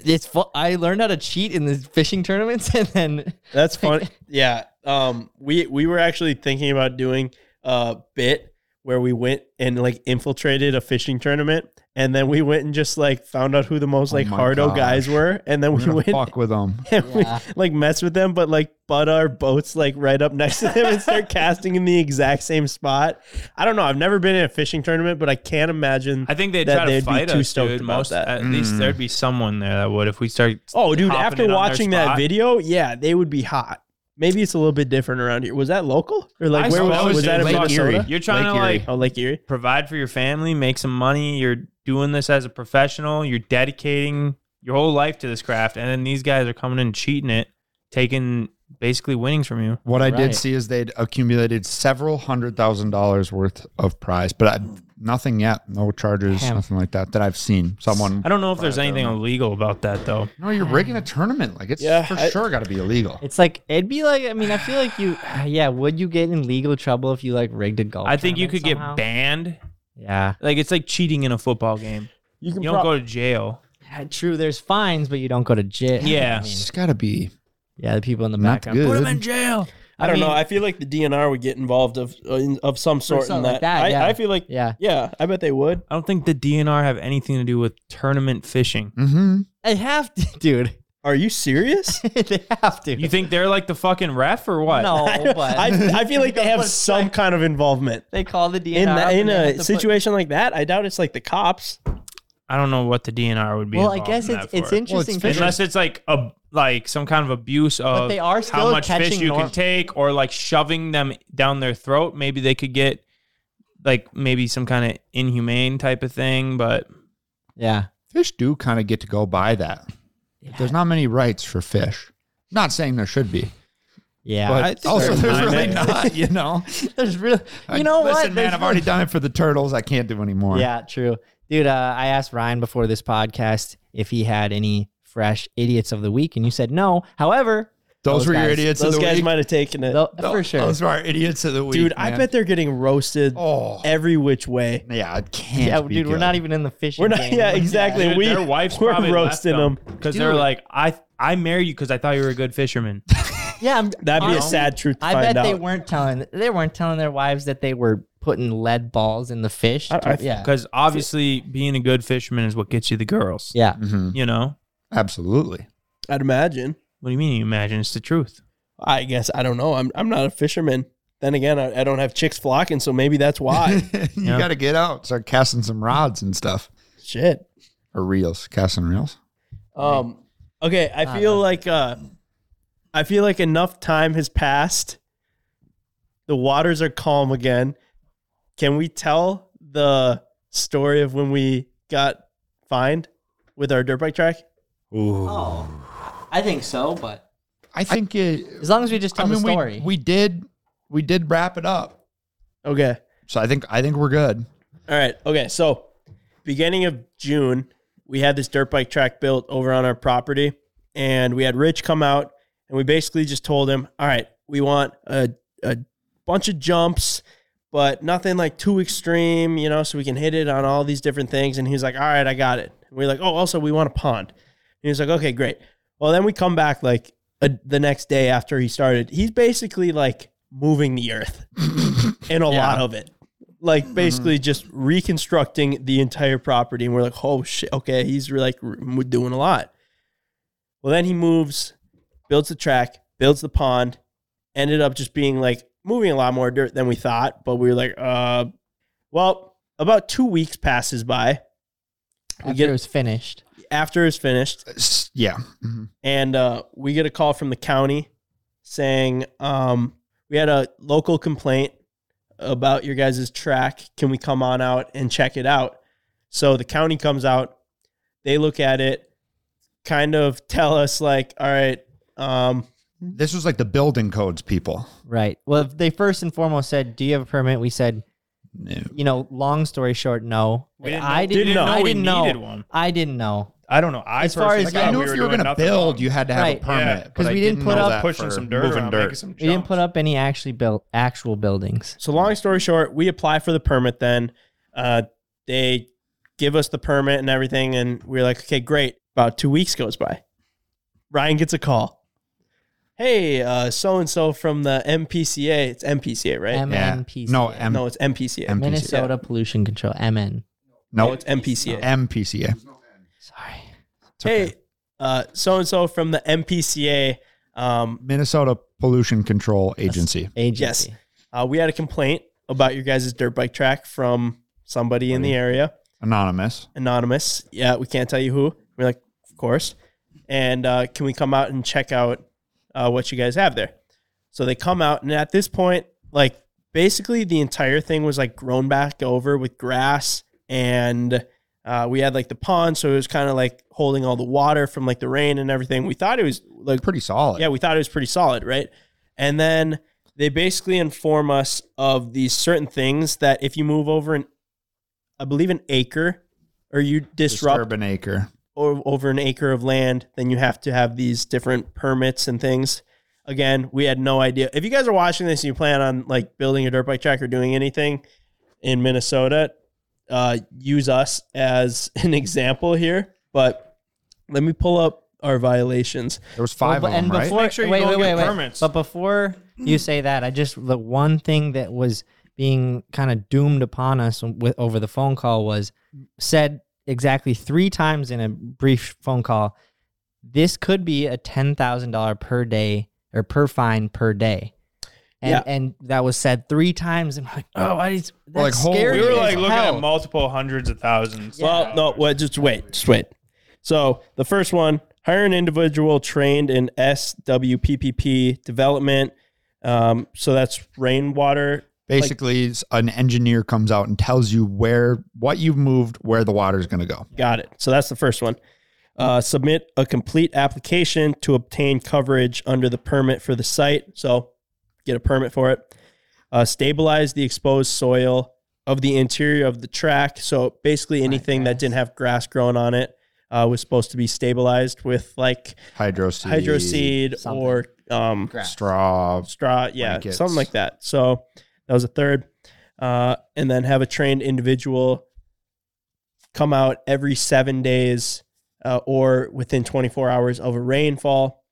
it's fu- i learned how to cheat in the fishing tournaments [laughs] and then
That's fun. yeah. Um, we we were actually thinking about doing a bit where we went and like infiltrated a fishing tournament, and then we went and just like found out who the most
Oh
like
my
hardo
gosh.
guys were, [laughs] and then
We're
we
gonna
went
fuck with them.
[laughs] and we like mess with them, but like butt our boats like right up next to them and start casting in the exact same spot. I don't know. I've never been in a fishing tournament, but I can't imagine.
I think they'd
that
try to
they'd be
fight
too
us,
stoked
dude.
about
Most,
that. Mm.
At least there'd be someone there that would if we start.
oh, dude!
hopping it
After
on their
watching that
spot.
video, yeah, they would be hot. Maybe it's a little bit different around here. Was that local or like
I
where
saw
was,
that was
was that in
in Lake
Minnesota?
Erie. You're trying to, like-
oh Lake Erie.
provide for your family, make some money. You're doing this as a professional. You're dedicating your whole life to this craft, and then these guys are coming in cheating it, taking basically winnings from you.
What I
Right.
did see is they'd accumulated several hundred thousand dollars worth of prize, but I, nothing yet, no charges,
Damn.
nothing like that that I've seen. Someone,
I don't know if there's anything illegal about that though.
no, you're
[sighs]
rigging a tournament, like it's
Yeah,
for
I-
sure got to be illegal.
It's like it'd be like I mean I feel like you [sighs] yeah would you get in legal trouble if you like rigged a golf?
I think you could
tournament somehow?
get banned.
Yeah,
Like it's like cheating in a football game.
You can
You don't go to jail.
Yeah, true. There's fines, but you don't go to jail.
Yeah.
[laughs] I mean,
It's got to be
yeah. The people in the
not
back.
good.
jail.
I, don't
mean,
know. I feel like the DNR would get involved of uh, in- of some sort in
something
that.
like that,
I,
yeah.
I feel like
yeah.
yeah, I bet they would.
I don't think the DNR have anything to do with tournament fishing.
Mm-hmm.
I have to, [laughs] dude.
Are you
[laughs]
serious?
they have to.
You think they're like the fucking ref or what?
[laughs] No, Oh,
[laughs]
but
I, I feel
[laughs]
like they have
But
some kind of involvement
they call the DNR
in
up
that,
and
in
they have to
a
put-
situation like that. I doubt it's like the cops.
I don't know what the DNR would be.
Well, I
involved
guess
in
it's
that
it's
for.
interesting.
fishing.
because-
unless it's like a like some kind of abuse of
they are
how
still
much fish
catching
you
nor-
can take or like shoving them down their throat maybe they could get like maybe some kind of inhumane type of thing but
yeah.
Fish do kind of get to go by that. There's not many rights for fish. Not saying there should be,
Yeah.
but
I think
also
there's
there's
not.
really not. You know,
[laughs] there's really
I-
you know
listen,
what?
man,
There's
I've already done it for the turtles. I can't do anymore.
Yeah, true. Dude, uh, I asked Ryan before this podcast if he had any fresh idiots of the week, and you said no. However, Oh,
those,
Those
were your
guys-
idiots
Those
of the
guys
week.
might have taken it,
tho-
Tho-
for sure.
those were our idiots of the week,
dude. I
man.
bet they're getting roasted
Oh,
every which way.
yeah, it can't.
yeah,
be
dude, we're
good.
not even in the fishing.
We're not.
game.
Yeah, exactly.
Dude,
we
their wife's
we're
probably
roasting them.
because they're like i i marry you because i thought you were a good fisherman
Yeah, I'm-
That'd be a
honestly,
sad truth to
Um, I
find
bet
out.
they weren't telling they weren't telling their wives that they were putting lead balls in the fish.
I- I-
yeah,
because obviously being a good fisherman is what gets you the girls
yeah.
Mhm.
you know
Absolutely. [laughs]
I'd imagine.
what do you mean you imagine it's the truth
I guess I don't know. I'm I'm not a fisherman. Then again, I, I don't have chicks flocking, so maybe
[laughs]
that's why.
you
Yeah.
got to get out, start casting some rods and stuff,
Shit.
or reels, casting reels.
Um. Okay, I feel like uh, I feel like enough time has passed. The waters are calm again. Can we tell the story of when we got fined with our dirt bike track?
Oh, I think so, but
I think it.
as long as we just
I
tell
mean,
the story.
we, we did we did wrap it up.
Okay.
So I think I think we're good.
All right. Okay. So, beginning of June, we had this dirt bike track built over on our property, and we had Rich come out, and we basically just told him, "All right, we want a a bunch of jumps, but nothing like too extreme, you know, so we can hit it on all these different things." And he was like, "All right, I got it." And we are like, "Oh, also we want a pond." And he was like, "Okay, great." Well, then we come back like a, the next day after he started. He's basically like moving the earth, and a lot of it like basically just reconstructing the entire property. And we're like, oh shit, okay, he's like r- doing a lot. Well, then he moves, builds the track, builds the pond, ended up just being like moving a lot more dirt than we thought. But we were like, uh, well, about two weeks passes by
after
get-
it was finished.
after it's finished.
S- Yeah. Mhm.
and uh, we get a call from the county saying um, we had a local complaint about your guys' track. Can we come on out and check it out? So the county comes out, they look at it, kind of tell us like, all right, um,
This was like the building codes people.
Right. Well, if they first and foremost said, "Do you have a permit?" We said,
No.
you know, long story short, no. I
didn't know
I
we
didn't know.
needed one.
I didn't know.
i don't know i
As far
personally
Like
as- Yeah,
I
thought
knew
we
if
were
you were
doing
going to
nothing
build,
wrong.
you had to have
Right.
a permit.
Yeah,
but
'cause
I
we didn't put
know
up-
that
pushing
for
some dirt
moving
around,
dirt.
making some
We didn't
jumps.
put up any actually built actual buildings.
So long story short, we apply for the permit. Then uh, they give us the permit and everything, and we're like, okay, great. About two weeks goes by. Ryan gets a call. hey, uh, so and so from the MPCA. It's MPCA, right?
Yeah.
MNPC.
No, M-
no, it's MPCA.
M-
Minnesota Pollution Control. MN.
no,
no,
it's MPCA.
MPCA.
Sorry.
hey, uh, so and so from the MPCA. Um,
Minnesota Pollution Control Agency.
Agency.
Uh, we had a complaint about your guys' dirt bike track from somebody in the area,
Anonymous.
anonymous. Yeah, we can't tell you who. We're like, of course. And uh, can we come out and check out uh, what you guys have there? So they come out, and at this point, like basically the entire thing was like grown back over with grass, and uh, we had like the pond, so it was kind of like holding all the water from like the rain and everything. We thought it was like
Pretty solid.
yeah, we thought it was pretty solid, right? And then they basically inform us of these certain things that if you move over an, I believe an acre, or you disrupt
Disturb an acre.
o- over an acre of land, then you have to have these different permits and things. Again, we had no idea. If you guys are watching this and you plan on like building a dirt bike track or doing anything in Minnesota, uh, use us as [laughs] an example here. But let me pull up our violations.
There was five
Well,
of them,
and
right?
before,
Make sure you
wait,
go
wait,
and
wait,
get
wait.
permits.
But before you say that, I just the one thing that was being kind of doomed upon us with, over the phone call was said exactly three times in a brief phone call. This could be a ten thousand dollar per day or per fine per day. And,
Yeah.
and that was said three times, and we're like, oh, I, that's
We're like, holy-
scary.
We were
as
like looking
hell.
at multiple hundreds of thousands.
Well, no, wait, just wait, just wait. So the first one, hire an individual trained in SWPPP development. Um, so that's rainwater.
Basically, it's an engineer comes out and tells you where what you've moved, where the water's going to go.
Got it. So that's the first one. Uh, submit a complete application to obtain coverage under the permit for the site. So get a permit for it. Uh, stabilize the exposed soil of the interior of the track. So basically, anything that didn't have grass growing on it uh, was supposed to be stabilized with like
Hydro seed,
hydro seed
something.
or um,
straw.
straw, yeah,
Blankets.
something like that. So that was a third, uh, and then have a trained individual come out every seven days uh, or within 24 hours of a rainfall,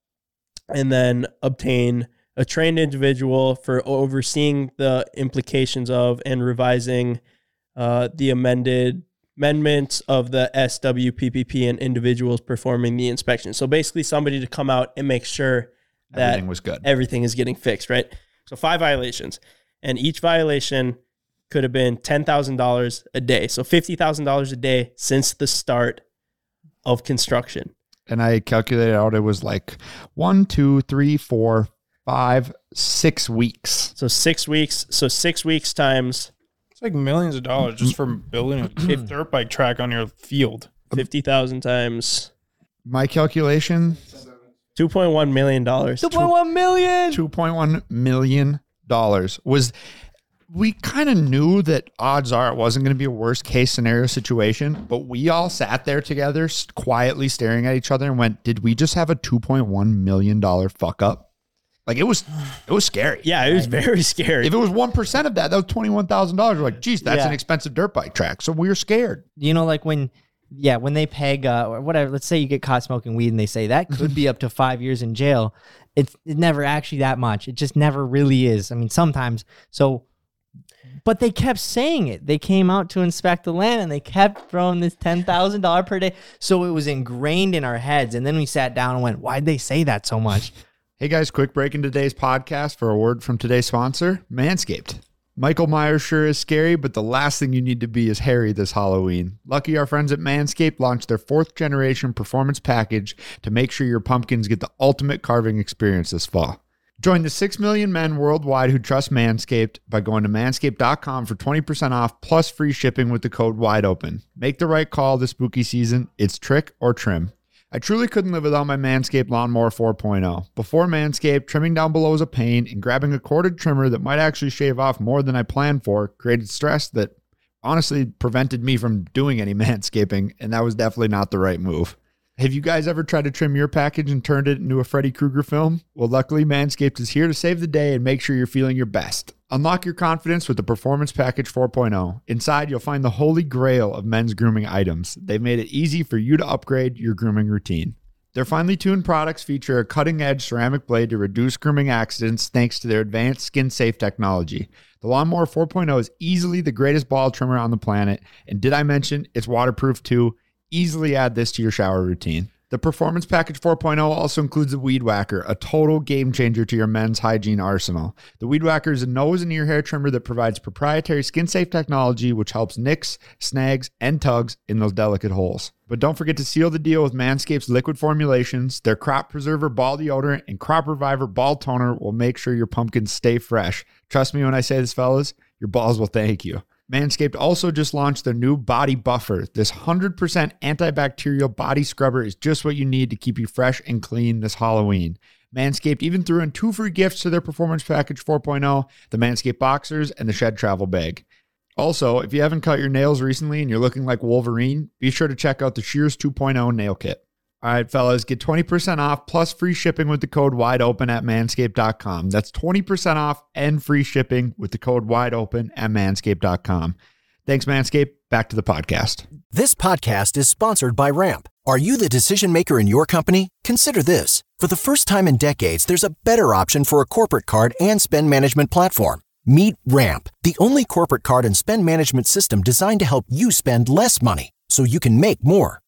and then obtain a trained individual for overseeing the implications of and revising uh, the amended amendments of the SWPPP and individuals performing the inspection. So basically, somebody to come out and make sure that
Everything was good.
everything is getting fixed, right? So five violations, and each violation could have been ten thousand dollars a day, so fifty thousand dollars a day since the start of construction.
and I calculated out it was like one, two, three, four, five, six weeks.
So six weeks. So six weeks times
It's like millions of dollars just for
Mm-hmm. [clears throat]
building a dirt bike track on your field.
Um,
fifty thousand times
My calculation
two point one million dollars.
2.1 million.
$2.1 million was we kind of knew that odds are it wasn't going to be a worst case scenario situation but we all sat there together s- quietly staring at each other and went did we just have a 2.1 million dollar fuck up like it was it was scary
Yeah, it was very scary.
if it was 1% of that that was $21000 we're like geez that's
Yeah.
an expensive dirt bike track so we were scared
you know, like when, yeah, when they peg uh, or whatever. Let's say you get caught smoking weed, and they say that could
[laughs]
be up to five years in jail. It's it never actually that much. It just never really is. I mean, sometimes. So, but they kept saying it. They came out to inspect the land, and they kept throwing this ten thousand dollar per day. So it was ingrained in our heads. And then we sat down and went, "Why'd they say that so much?" [laughs]
Hey guys, quick break in today's podcast for a word from today's sponsor, Manscaped. Michael Myers sure is scary, but the last thing you need to be is hairy this Halloween. Lucky our friends at Manscaped launched their fourth generation performance package to make sure your pumpkins get the ultimate carving experience this fall. Join the 6 million men worldwide who trust Manscaped by going to manscaped.com for 20% off plus free shipping with the code WIDEOPEN. Make the right call this spooky season. It's trick or trim. I truly couldn't live without my Manscaped Lawnmower 4.0. Before Manscaped, trimming down below was a pain, and grabbing a corded trimmer that might actually shave off more than I planned for created stress that honestly prevented me from doing any [laughs] manscaping, and that was definitely not the right move. Have you guys ever tried to trim your package and turned it into a Freddy Krueger film? Well, luckily, Manscaped is here to save the day and make sure you're feeling your best. Unlock your confidence with the Performance Package 4.0. Inside, you'll find the holy grail of men's grooming items. They've made it easy for you to upgrade your grooming routine. Their finely tuned products feature a cutting edge ceramic blade to reduce grooming accidents thanks to their advanced skin safe technology. The Lawnmower 4.0 is easily the greatest ball trimmer on the planet. And did I mention it's waterproof too? Easily add this to your shower routine. The Performance Package 4.0 also includes the Weed Whacker, a total game changer to your men's hygiene arsenal. The Weed Whacker is a nose and ear hair trimmer that provides proprietary skin safe technology which helps nicks, snags, and tugs in those delicate holes. But don't forget to seal the deal with Manscaped's liquid formulations. Their Crop Preserver Ball Deodorant and Crop Reviver Ball Toner will make sure your pumpkins stay fresh. Trust me when I say this, fellas, your balls will thank you. Manscaped also just launched their new body buffer. This 100% antibacterial body scrubber is just what you need to keep you fresh and clean this Halloween. Manscaped even threw in two free gifts to their Performance Package 4.0 the Manscaped Boxers and the Shed Travel Bag. Also, if you haven't cut your nails recently and you're looking like Wolverine, be sure to check out the Shears 2.0 nail kit. All right, fellas, get 20% off plus free shipping with the code WIDEOPEN at manscaped.com. That's 20% off and free shipping with the code WIDEOPEN at manscaped.com. Thanks, Manscaped. Back to the podcast.
This podcast is sponsored by Ramp. Are you the decision maker in your company? Consider this. For the first time in decades, there's a better option for a corporate card and spend management platform. Meet Ramp, the only corporate card and spend management system designed to help you spend less money so you can make more.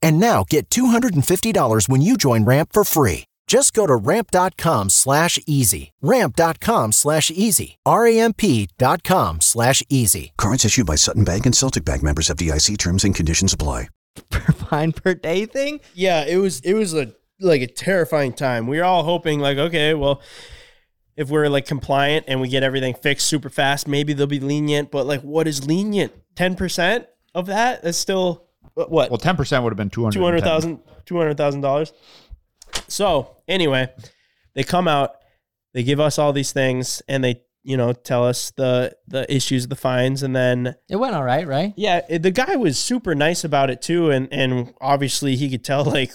And now get $250 when you join Ramp for free. Just go to ramp.com slash easy. Ramp.com slash easy. R-A-M-P dot com slash easy.
Cards issued by Sutton Bank and Celtic Bank members of DIC terms and conditions apply.
per fine per day thing.
Yeah, it was it was a like a terrifying time. We were all hoping like, okay, well, if we're like compliant and we get everything fixed super fast, maybe they'll be lenient. But like, what is lenient? Ten percent of that? That's still what? what?
Well, 10% would have been 200.
Two hundred thousand, two hundred thousand dollars. So anyway, they come out, they give us all these things, and they you know tell us the the issues, the fines, and then
It went all right, right?
yeah, it- the guy was super nice about it too, and and obviously he could tell like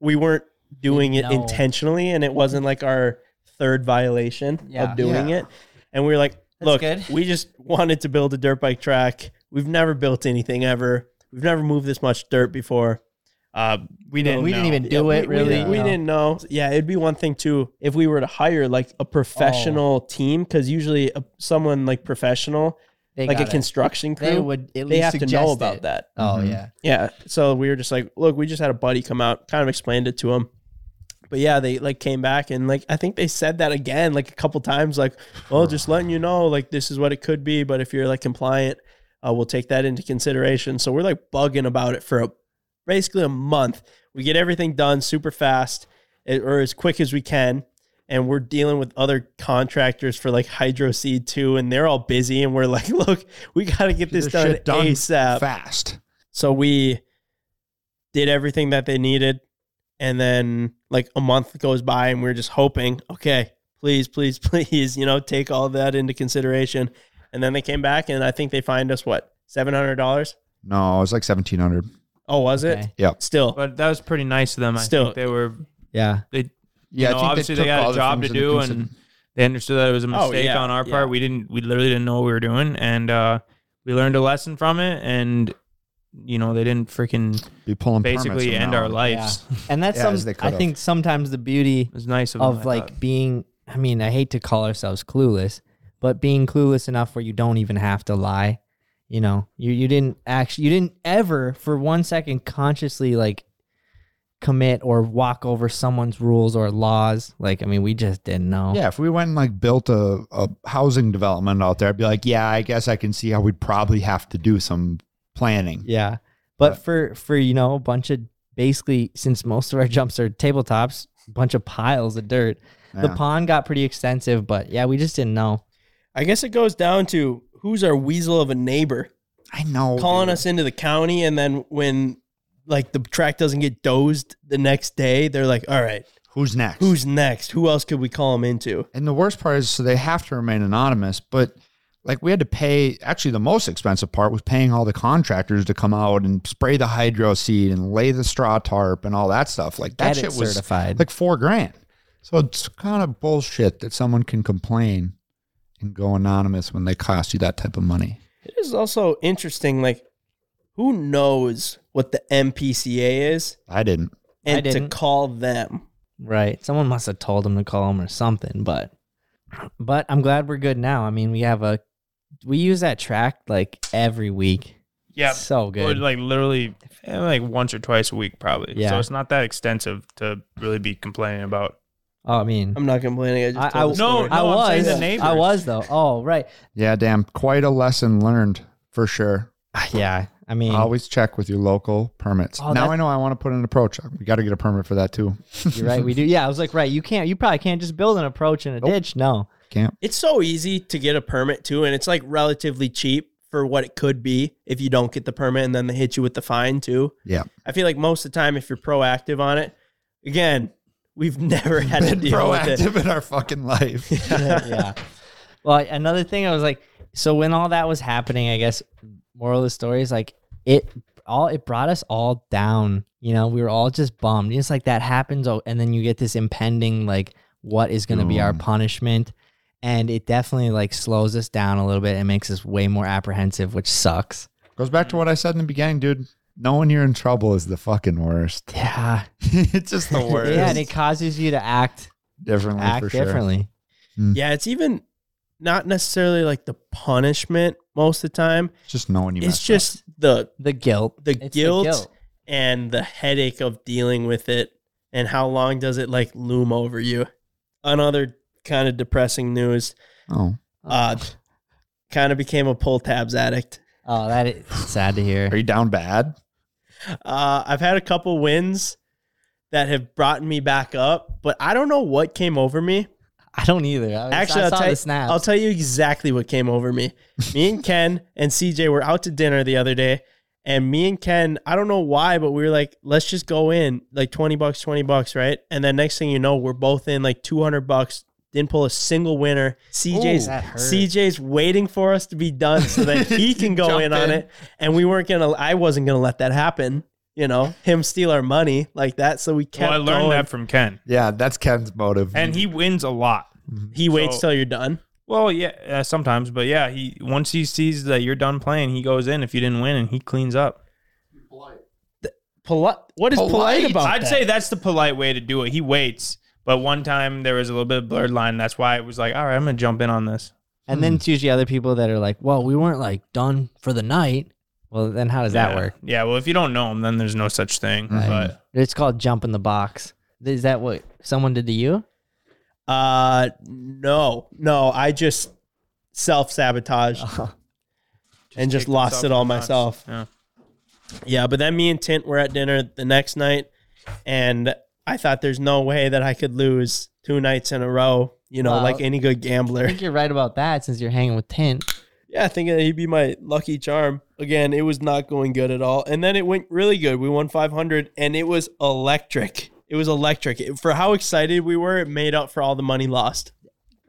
we weren't doing it
No.
intentionally, and it wasn't like our third violation
Yeah.
of doing it, and we were like,
That's
look,
good.
we just wanted to build a dirt bike track. We've never built anything ever. We've never moved this much dirt before. Uh,
We didn't.
we didn't
know.
even do
we-
it
we
really.
didn't- We,
No.
didn't know. Yeah, it'd be one thing too if we were to hire like a professional
Oh.
team, because usually a, someone like professional,
They
like a
got it.
construction crew,
They would at least
they have to know
suggest
about
it.
that. Mm-hmm.
Oh yeah.
Yeah. So we were just like, look, we just had a buddy come out, kind of explained it to him. But yeah, they like came back and like I think they said that again like a couple times, like, well, just letting you know, like this is what it could be, but if you're like compliant, uh, we'll take that into consideration. So we're like bugging about it for a, basically a month. We get everything done super fast eh, or as quick as we can, and we're dealing with other contractors for like Hydro Seed too, and they're all busy, and we're like, [laughs] look, we got to get this done, ASAP.
Fast.
So we did everything that they needed. And then like a month goes by and we're just hoping, okay, please, please, [laughs] please, you know, take all that into consideration. And then they came back and I think they fined us what, seven hundred dollars?
No, it was like 1700.
Oh, was it?
Okay.
Yep.
Still.
But that was pretty nice of them. I
Still-
think they were.
Yeah.
They
Yeah,
You know,
I think
obviously they
took
got a
all the
job
things
to
into
do
consider-
and- they understood that it was a
Oh,
mistake
yeah,
on our
yeah.
part. We didn't. We literally didn't know what we were doing, and uh, we learned a lesson from it. And you know, they didn't freaking
be pulling permits
basically
from
end
now
our
on.
lives.
And that's
Yeah,
some,
as they Oh
I
could've.
think sometimes the beauty
It was nice of, them,
of
I
like
thought.
being I mean, I hate to call ourselves clueless, but being clueless enough where you don't even have to lie. You know, you you didn't actually you didn't ever for one second consciously like commit or walk over someone's rules or laws. Like I mean, we just didn't know.
Yeah, if we went and like built a, a housing development out there, I'd be like, yeah, I guess I can see how we'd probably have to do some planning.
Yeah. But for for you know a bunch of basically since most of our [laughs] jumps are tabletops, a bunch of piles of dirt. The
Yeah.
pond got pretty extensive, but yeah, we just didn't know.
I guess it goes down to who's our weasel of a neighbor
I know.
calling
dude.
us into the county and then when like the track doesn't get dozed the next day, they're like, all right,
Who's next?
who's next? Who else could we call him into?
And the worst part is, so they have to remain anonymous, but like we had to pay. Actually, the most expensive part was paying all the contractors to come out and spray the hydro seed and lay the straw tarp and all that stuff. Like that
Get it
shit was
certified.
like four grand. So it's kind of bullshit that someone can complain and go anonymous when they cost you that type of money.
It is also interesting, like, who knows what the MPCA is
I didn't.
I
and to
didn't.
call them.
Right. Someone must have told him to call him or something, but but I'm glad we're good now. I mean, we have a we use that track like every week.
Yeah.
So
Or
good.
like literally eh, like once or twice a week probably.
Yeah.
So it's not that extensive to really be complaining about.
oh, I mean,
I'm not complaining. I
I,
just
I,
told the
No,
story.
I
I'm saying
was
the
I
neighbors.
was though. Oh, right.
Yeah, damn. Quite a lesson learned for sure.
Ah, Yeah. I mean,
Always check with your local permits.
Oh,
now
that-
I know I want to put in an approach. We got to get a permit for that too.
you're right. We do. Yeah, I was like, right. You can't. You probably can't just build an approach in a ditch. No.
[laughs] Can't
It's so easy to get a permit too, and it's like relatively cheap for what it could be if you don't get the permit and then they hit you with the fine too.
[laughs]
Yeah.
I feel like most of the time if you're proactive on it, again, we've [laughs] never had to deal with it.
proactive in our fucking life.
[laughs] yeah. Well, another thing I was like, so when all that was happening, I guess moral of the story is like it all it brought us all down. You know, we were all just bummed. It's like that happens, oh, and then you get this impending like, what is going to be our
Doom.
punishment? And it definitely like slows us down a little bit and makes us way more apprehensive, which sucks.
Goes back to what I said in the beginning, dude. Knowing you're in trouble is the fucking worst.
Yeah,
[laughs] it's just the worst.
[laughs] yeah, and it causes you to act
differently for
act
sure.
differently.
Yeah, it's even not necessarily like the punishment most of the time.
Just knowing you.
it's
messed up.
just the
The guilt,
The
It's
guilt. and the headache of dealing with it and how long does it like loom over you. Another kind of depressing news.
Oh, [laughs]
Uh kind of became a pull tabs addict.
Oh, that is sad to hear.
are you down bad?
Uh, I've had a couple wins that have brought me back up, but I don't know what came over me.
I don't either. I,
Actually,
I
I'll
saw
tell,
the snaps.
I'll tell you exactly what came over me. Me and Ken and CJ were out to dinner the other day, and me and Ken, I don't know why, but we were like, let's just go in like 20 bucks, 20 bucks, right? And then next thing you know, we're both in like 200 bucks. Didn't pull a single winner. CJ's
Ooh, that hurt.
CJ's waiting for us to be done so that
[laughs]
he can go
Jump
in on
in.
it, and we weren't gonna. I wasn't gonna let that happen. You know, him steal our money like that. So we kept.
Well, I learned
going.
that from Ken.
Yeah, that's Ken's motive.
And he wins a lot.
He waits
So-
till you're done.
Well, yeah, uh, sometimes, but yeah, he once he sees that you're done playing, he goes in if you didn't win and he cleans up.
Polite. What is polite,
Polite.
about
I'd
that?
say that's the polite way to do it. He waits. But one time there was a little bit of blurred line. That's why it was like, all right, I'm gonna jump in on this.
And then it's usually other people that are like, well, we weren't like done for the night. Well, then how does that
Yeah.
work?
Yeah. Well, if you don't know him, then there's no such thing.
Right.
But
It's called jump in the box. Is that what someone did to you?
Uh, no, no. I just self sabotaged and just
kicked
lost
himself
it all
in the nuts.
myself.
Yeah.
Yeah, but then me and Tint were at dinner the next night, and I thought there's no way that I could lose two nights in a row. You know,
Wow.
like any good
I [laughs]
gambler.
think you're right about that since you're hanging with Tint.
Yeah, I think he'd be my lucky charm. Again, it was not going good at all. And then it went really good. We won 500 and it was electric. It was electric. It- For how excited we were, it made up for all the money lost.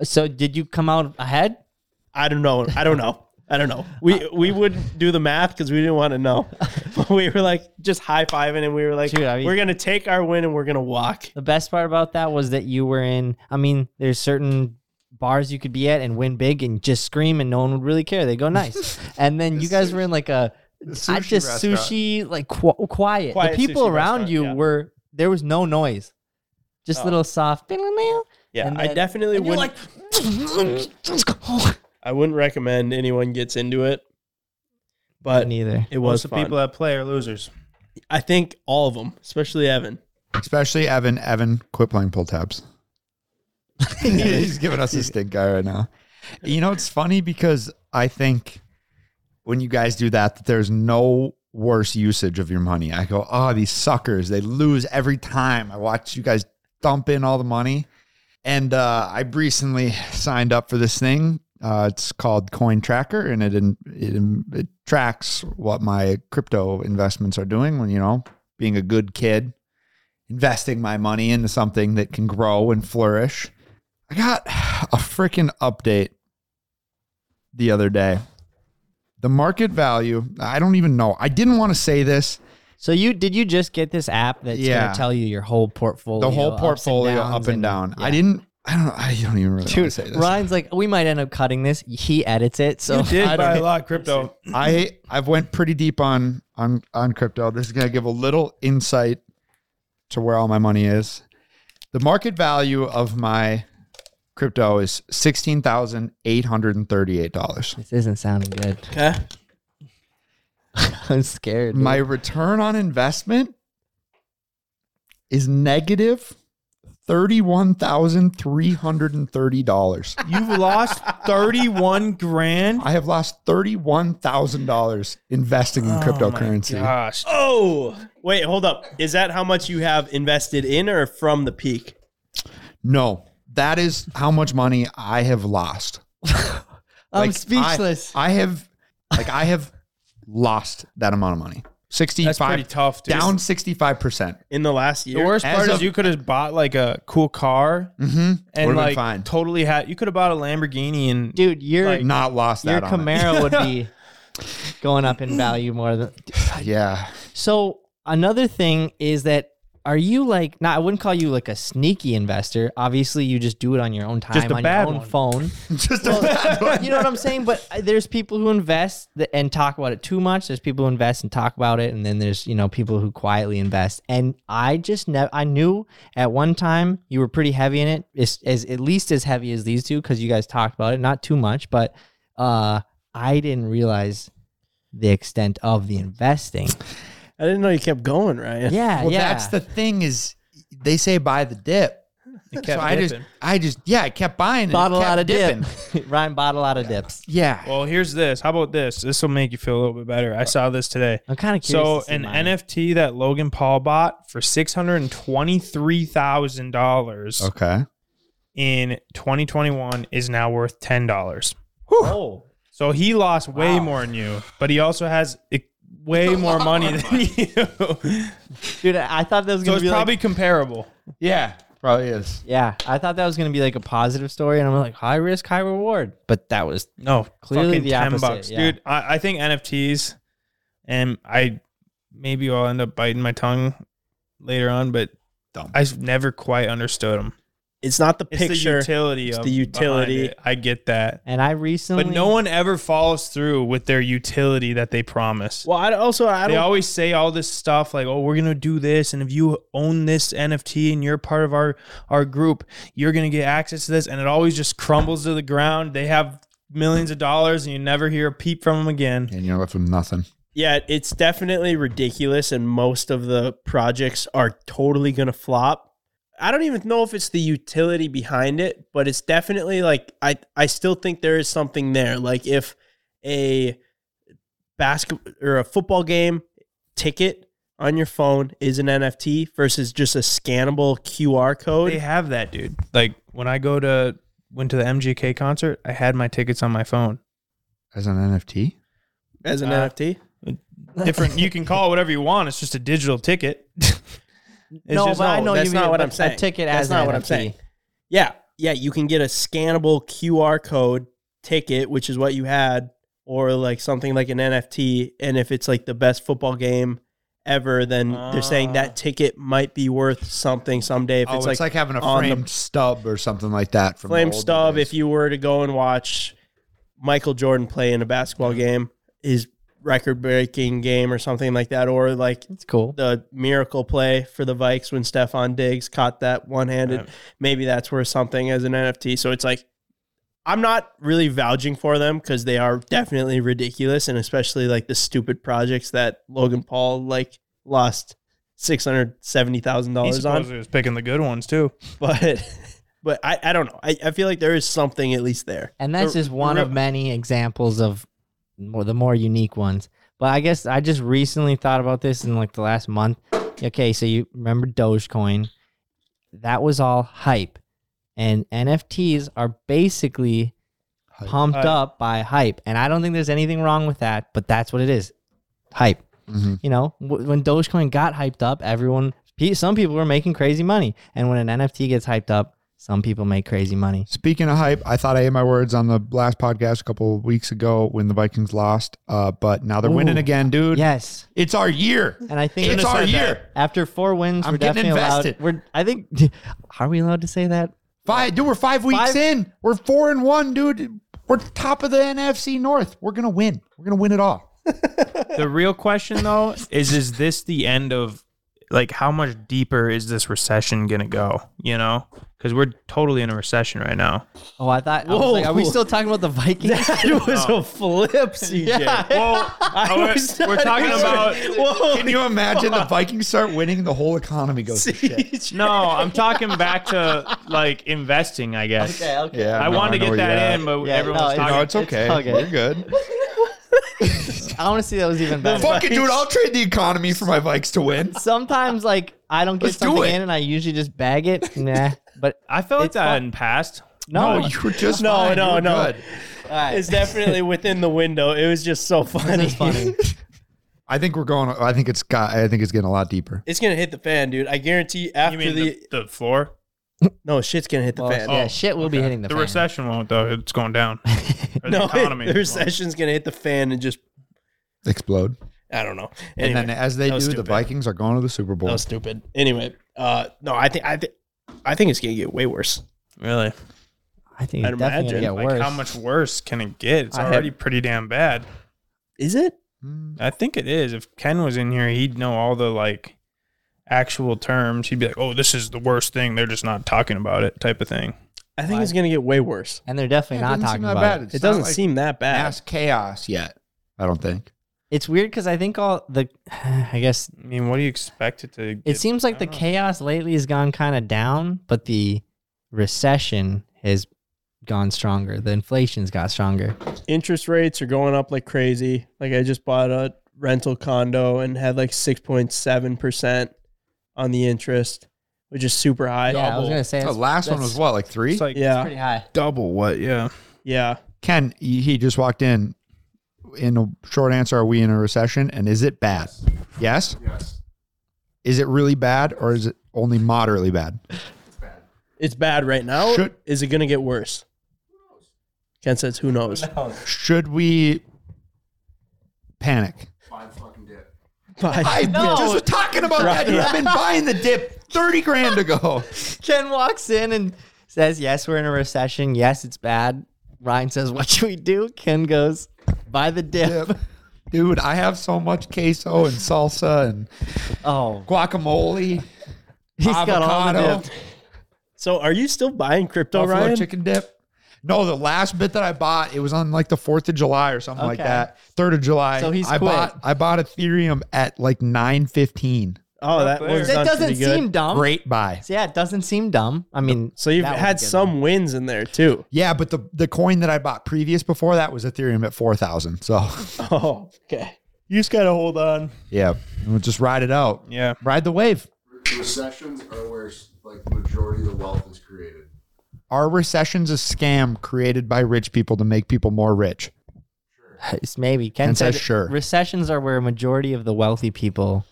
So did you come out ahead?
I don't know. I don't know. I don't know.
[laughs]
We we wouldn't do the math because we didn't want to know. But we were like just high fiving and we were like,
Dude, I mean-
we're gonna take our win and we're gonna walk.
The best part about that was that you were in, I mean, there's certain bars you could be at and win big and just scream and no one would really care. They go nice. and then you guys were in like a, I
sushi
just
restaurant.
sushi, like qu- quiet.
Quiet
The people
sushi
around
restaurant,
you
yeah.
were, there was no noise. Just
Oh.
little soft.
Yeah,
And
I
then-
definitely
And you're
wouldn't.
like, [laughs]
I wouldn't recommend anyone gets into it. But
neither.
it
Most
was
of the
fun.
people that play are losers.
I think all of them, especially Evan.
especially Evan. Evan, quit playing pull tabs. [laughs] He's giving us a stink eye right now. You know, it's funny because I think when you guys do that, that there's no worse usage of your money. I go, oh, these suckers, they lose every time. I watch you guys dump in all the money. And uh, I recently signed up for this thing. Uh, it's called Coin Tracker, and it, in, it in- it tracks what my crypto investments are doing. When you know being a good kid, investing my money into something that can grow and flourish. I got a freaking update the other day. The market value, I don't even know. I didn't want to say this.
So you did you just get this app that's
Yeah.
gonna tell you your whole portfolio,
The whole
ups and
portfolio
downs
up and down. I
yeah.
didn't I don't I don't even really want to
Dude,
say this.
Ryan's like, we might end up cutting this. He edits it, so
You
I
did
don't
buy a
[laughs] know.
lot of crypto.
I I've went pretty deep on on on crypto. This is gonna give a little insight to where all my money is. The market value of my crypto is sixteen thousand eight hundred and thirty-eight dollars.
This isn't sounding good. [laughs]
Okay.
I'm scared. dude.
My return on investment is negative thirty-one thousand three hundred and thirty dollars.
You've lost 31 grand.
I have lost thirty-one thousand dollars investing
Oh
in cryptocurrency.
Gosh.
Oh, wait, hold up. Is that how much you have invested in or from the peak?
No, that is how much money I
[laughs]
have lost.
I'm
Like, I-
speechless.
I, have like I have lost that amount of money.
That's pretty
65
tough, dude.
down 65%.
In the last
The
year?
worst
As
part
of-
is you could have bought like a cool car
Mhm. Would've
and
been
like
fine.
totally had. You could have bought a Lamborghini and
dude, your
Like,
Not lost
your
that on it.
Camaro would be going up in value more than.
Yeah.
So another thing is that are you like? Nah, I wouldn't call you like a sneaky investor. Obviously, you just do it on your own time,
Just a
on
bad
your own
one.
phone.
[laughs] Just [laughs] a bad one.
you know what I'm saying? But uh, there's people who invest th- and talk about it too much. There's people who invest and talk about it, and then there's you know people who quietly invest. And I just never. I knew at one time you were pretty heavy in it, as, as at least as heavy as these two, because you guys talked about it. Not too much, but uh, I didn't realize the extent of the investing.
I didn't know you kept going, Ryan.
Yeah,
Well,
yeah.
that's the thing is they say buy the dip. so I just
dipping.
I just yeah, I kept buying and it
bottle
kept
out of
dipping.
dip. [laughs] Ryan bottle out of dips.
Yeah.
Well, here's this. How about this? This will make you feel a little bit better. I saw this today.
I'm kind of
So
curious. to see
an
mine.
NFT that Logan Paul bought for six hundred and twenty three thousand dollars
okay.
in twenty twenty one is now worth ten dollars.
Oh.
So he lost way more than you, but he also has eh,
[laughs]
way more money than you.
dude, I I thought that was
so
gonna
it's
be like-
probably comparable.
Yeah, probably is.
Yeah, I thought that was gonna be like a positive story, and I'm like high risk, high reward. But that was
No,
Clearly
fucking
the
ten
opposite,
bucks,
yeah.
dude. I, I think NFTs, and I maybe I'll end up biting my tongue later on, but
Dumb.
I've never quite understood them.
It's not the
It's
picture.
the utility.
It's
of
the utility.
behind it. I get that,
and I recently.
but no one ever follows through with their utility that they promise.
well, I also I
they
don't
always say all this stuff like, "Oh, we're gonna do this, and if you own this NFT and you're part of our our group, you're gonna get access to this." And it always just crumbles to the ground. They have millions of dollars, and you never hear a peep from them again.
And you're left with nothing.
Yeah, it's definitely ridiculous, and most of the projects are totally going to flop. I don't even know if it's the utility behind it, but it's definitely like I I still think there is something there. Like if a basketball or a football game ticket on your phone is an NFT versus just a scannable QR code.
They have that, dude. Like when I go to went to the MGK concert, I had my tickets on my
[laughs]
phone.
As an NFT?
as an
Uh,
NFT.
Different, you can call it whatever you want. It's just a digital ticket. [laughs] It's
no,
just-
but I know
that's
you
not
mean
what
a-
I'm saying.
A ticket
That's
as
not
an
what I'm
NFT.
saying. Yeah, yeah, you can get a scannable QR code ticket, which is what you had, or like something like an NFT. And if it's like the best football game ever, then they're saying
Ah.
that ticket might be worth something someday. If
oh,
it's, like,
having a
on the-
framed stub or something like that. From the
flame
old
stub,
days.
if you were to go and watch Michael Jordan play in a basketball game, his record breaking game or something like that, or like
It's cool.
the miracle play for the Vikes when Stefan Diggs caught that one handed.
Right.
Maybe that's worth something as an NFT. So it's like, I'm not really vouching for them because they are definitely ridiculous, and especially like the stupid projects that Logan Paul like lost six hundred seventy thousand
He
dollars on.
supposedly was picking the good ones too.
But [laughs] but I, I don't know. I, I feel like there is something at least there.
And that's
The-
just one
the
[laughs]
of many examples of more the more unique ones. But I guess I just recently thought about this in like the last month. Okay, so you remember Dogecoin? That was all hype. And NFTs are basically
Hype.
pumped
Hype.
up by hype. And I don't think there's anything wrong with that, but that's what it is. Hype.
Mm-hmm.
You know, w- when Dogecoin got hyped up, everyone, pe- some people were making crazy money, and when an NFT gets hyped up, some people make crazy money.
Speaking of hype, I thought I ate my words on the last podcast a couple of weeks ago when the Vikings lost, uh, but now they're winning
Ooh.
again, dude.
Yes,
It's our year.
and I think
It's our
said
year.
that.
after four wins,
I'm
we're
getting
definitely
invested.
allowed. We're, I think, [laughs] are we allowed to say that?
Five, dude, we're five weeks
Five-
in. We're four and one, dude. We're top of the NFC North. We're gonna win. We're gonna win it all.
The real question though is is this the end of like how much deeper is this recession going to go, you know? Cuz we're totally in a recession right now.
Oh, I thought. I was
Whoa.
like, are we still talking about
[laughs]
the Vikings?
That was
Oh.
a flip, CJ.
Well, we're,
was
we're
not
talking
even-
about
Whoa.
Can you imagine the Vikings start winning? The whole economy goes to
[laughs]
shit.
No, I'm talking back to like investing, I guess.
[laughs] okay.
Yeah,
I
no,
wanted to
know
get
where you're
that
at.
in, but
Yeah,
everyone
no,
was
it's-
talking.
No, it's okay.
okay.
We're
[laughs]
good.
I want to see that was even better.
Fuck it, dude. I'll trade the economy for my Vikes to win.
Sometimes, like, I don't get
Let's do
something
it.
in, and I usually just
[laughs]
bag it. Nah, but
I felt like
It's
that
fun.
in past.
no.
you were just
[laughs] No,
fine.
no,
You were
no.
good.
all right.
It's definitely within the window. It was just so funny.
[laughs]
That's funny.
I think we're going. I think it's got. I think it's getting a lot deeper.
[laughs] It's gonna hit the fan, dude. I guarantee.
You
After
mean
the,
the, the floor?
no shit's gonna hit the
Well,
fan.
Oh, yeah, shit will be hitting the,
The
fan.
recession won't though. It's going down. Or
[laughs] no,
the economy.
the
is going-
recession's gonna hit the fan and just
Explode.
I don't know.
And
Anyway,
then as they
that
do,
was
the
stupid.
Vikings are going to the Super Bowl.
That was stupid. Anyway, uh, no, I think I think I think it's gonna get way worse.
Really?
I think
I'd
it's definitely gonna
imagine,
get
like
worse.
how much worse can it get? It's
I have-
already pretty damn bad.
Is it?
I think it is. If Ken was in here, he'd know all the like actual terms. He'd be like, "Oh, this is the worst thing. They're just not talking about it," type of thing.
I think it's gonna get way worse.
and they're definitely
Yeah, it
not
doesn't seem
talking
that
about
bad.
it.
It's
It doesn't
not like
seem that bad.
mass chaos yet. I don't think.
It's weird because I think all the, [sighs] I guess
I mean, what do you expect it to?
it seems like the chaos lately has gone kind of down, but the recession has gone stronger. The inflation's got stronger.
Interest rates are going up like crazy. Like I just bought a rental condo and had like six point seven percent on the interest, which is super high.
yeah, I was gonna say
The
that's-
Oh, last one
that's-
was what, like three?
It's like
yeah,
pretty [laughs] high.
double what? Yeah.
yeah.
Ken, he he just walked in. In a short answer, are we in a recession? And is it bad? Yes. Yes. Is it really bad, or is it only moderately bad?
It's bad right now.
Should-
Is it going to get worse? Ken says, "Who knows?"
Should we panic? I just was talking about that. Dude. I've been buying the dip thirty grand
[laughs]
ago.
Ken walks in and says, "Yes, we're in a recession. Yes, it's bad." Ryan says, "What should we do?" Ken goes, "Buy the dip."
Dip. Dude, I have so much queso and salsa and
Oh,
guacamole,
he's got all the
avocado,
dip.
So, are you still buying crypto,
buffalo
Ryan?
chicken dip. No, the last bit that I bought, it was on like the Fourth of July or something like
Okay.
that. Third of July.
So he's
I
quit.
bought I bought Ethereum at like nine fifteen.
Oh, that
Not fair.
was
That doesn't
pretty good.
seem dumb.
Great buy.
So, yeah, it doesn't seem dumb. I mean,
So you've
that was
had
a good
some
one.
wins in there
[laughs]
too.
Yeah, but the the coin that I bought previous before that was Ethereum at four thousand. So [laughs]
Oh, okay.
You just gotta hold on.
yeah, we'll just ride it out.
Yeah.
Ride the wave.
Recessions are where like the majority of the wealth is created.
Are recessions a scam created by rich people to make people more rich?
It's maybe Ken
And says
said
sure.
recessions are where a majority of the wealthy people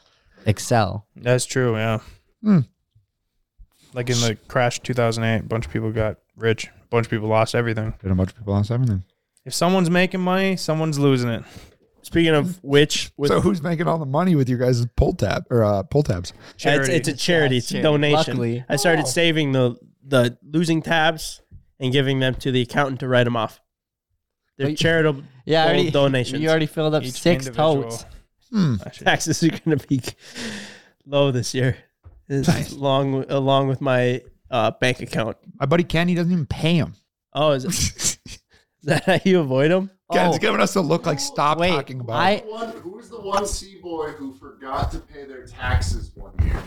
excel.
That's true. Yeah.
Hmm.
Like in the crash 2008, a bunch of people got rich. A bunch of people lost everything.
Did a bunch of people lost everything.
If someone's making money, someone's losing it.
Speaking of which, with
so who's making all the money with your guys' pull tab or uh, pull tabs?
it's,
charity.
it's a charity, it's a
charity. Oh.
donation.
Luckily.
I started saving the the losing tabs and giving them to the accountant to write them off. They're
Wait.
charitable
Yeah, I already,
donations.
You
[laughs]
already filled up
Each
six
individual-
totes.
I should-
taxes are going to be low this year, It's along along with my uh, bank account.
My buddy Ken, he doesn't even pay him.
Oh, is, it, [laughs] is that how you avoid them?
Ken's
Oh.
giving us a look like stop
Wait,
talking about
I
it.
One, who was the one sea boy who forgot to pay their taxes one year?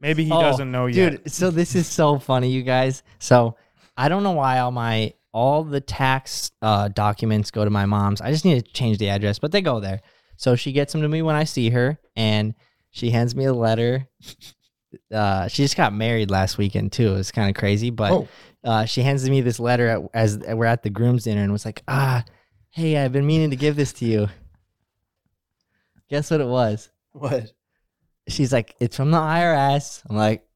Maybe he
Oh,
doesn't know yet.
Dude, so this is so funny, you guys. So I don't know why all my all the tax uh, documents go to my mom's. I just need to change the address, but they go there. So she gets them to me when I see her, and she hands me a letter. Uh, she just got married last weekend too. It was kind of crazy, but
Oh.
uh, she hands me this letter at, as we're at the groom's dinner and was like, "Ah, hey, I've been meaning to give this to you." Guess what it was?
What?
She's like, it's from the IRS. I'm like,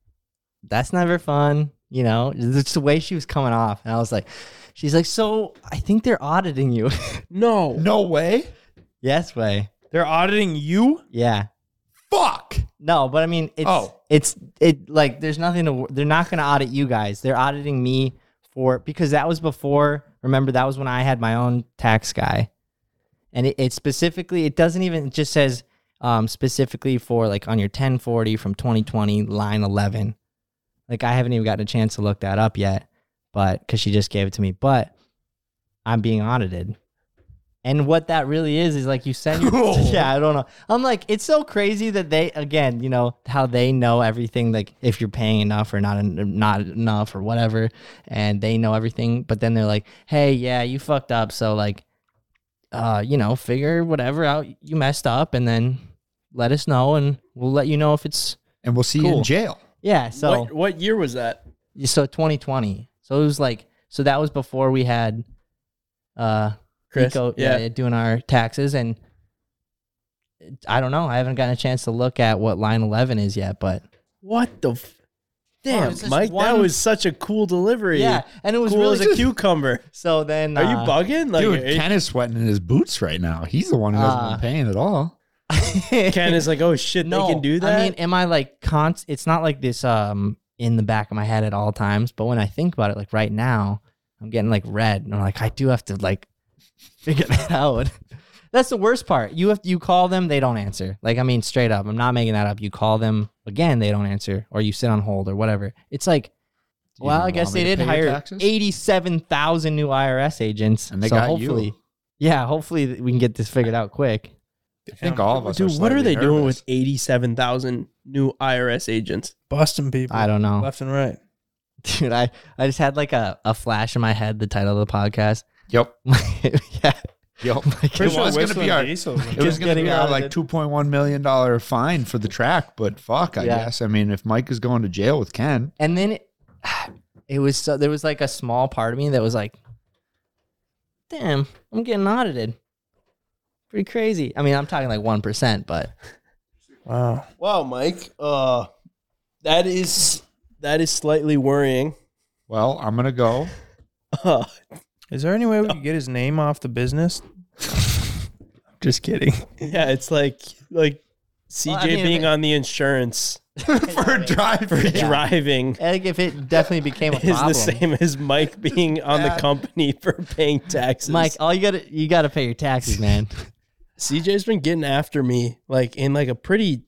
that's never fun. You know, it's the way she was coming off. And I was like, she's like, so I think they're auditing you. [laughs]
No.
No way.
yes, way.
They're auditing you?
Yeah.
Fuck.
No, but I mean, it's
Oh.
it's it like there's nothing to. wor- They're not going to audit you guys. They're auditing me for because that was before. Remember, that was when I had my own tax guy, and it, it specifically it doesn't even it just says um, specifically for like on your 1040 from 2020 line 11. Like I haven't even gotten a chance to look that up yet, but because she just gave it to me, but I'm being audited. And what that really is is like you send your [laughs] yeah I don't know I'm like it's so crazy that they again you know how they know everything like if you're paying enough or not en- not enough or whatever and they know everything but then they're like hey yeah you fucked up so like uh you know figure whatever out you messed up and then let us know and we'll let you know if it's
And we'll see you in
Cool.
jail.
yeah so
what, what year was that?
so 2020 so it was like so that was before we had uh
Chris?
Nico,
Yeah.
yeah. doing our taxes and i don't know i haven't gotten a chance to look at what line 11 is yet but
What the? F- Damn,
it's just
Mike, that
one-
was such a cool delivery.
yeah and it was
cool
really
as a cucumber.
so then
Are you
uh,
bugging? Like,
Dude,
are you-
Ken is sweating in his boots right now. He's the one who hasn't
Uh,
been paying at all.
[laughs]
Ken is like, oh shit, they can do that.
I mean, am I like const? It's not like this um in the back of my head at all times, but when I think about it, like right now, I'm getting like red, and I'm like, I do have to like [laughs] figure that out. [laughs] That's the worst part. You have you call them, they don't answer. Like I mean, straight up, I'm not making that up. You call them again, they don't answer, or you sit on hold or whatever. It's like.
you
Well, I
want
guess
me
they
to
did
pay your
hire
taxes?
eighty-seven thousand new IRS agents,
And they
so
got
hopefully,
you.
yeah, hopefully th- we can get this figured out quick.
I think all of us.
Dude, what are
slightly
they doing
nervous.
with 87,000 new IRS agents?
Busting people.
I don't know.
Left and right.
dude i i just had like a, a flash in my head the title of the podcast [laughs]
Yep.
yeah [laughs]
Yep.
First
First one was going to
Whistling
be our.
[laughs]
Diesel.
It was going to
getting
be our
audited.
like two point one million dollar fine for the track, but fuck, I
Yeah.
guess. I mean, if Mike is going to jail with Ken,
and then it, [sighs] it was so there was like a small part of me that was like damn i'm getting audited pretty crazy i mean i'm talking like 1% but
Wow.
Wow, Mike. Uh, that is that is slightly [laughs] worrying.
well, I'm going to go. [laughs]
Uh,
Is there any way we could get his name off the business? Just kidding.
yeah, it's like like CJ
Well, I mean, if
being
it-
on the insurance
for driving.
for driving
I think if it definitely
[laughs]
became a
is
problem
the same as
[laughs]
Mike being on the company for paying taxes.
mike all you gotta you gotta pay your
[laughs]
taxes man
CJ's been getting after me like in like a pretty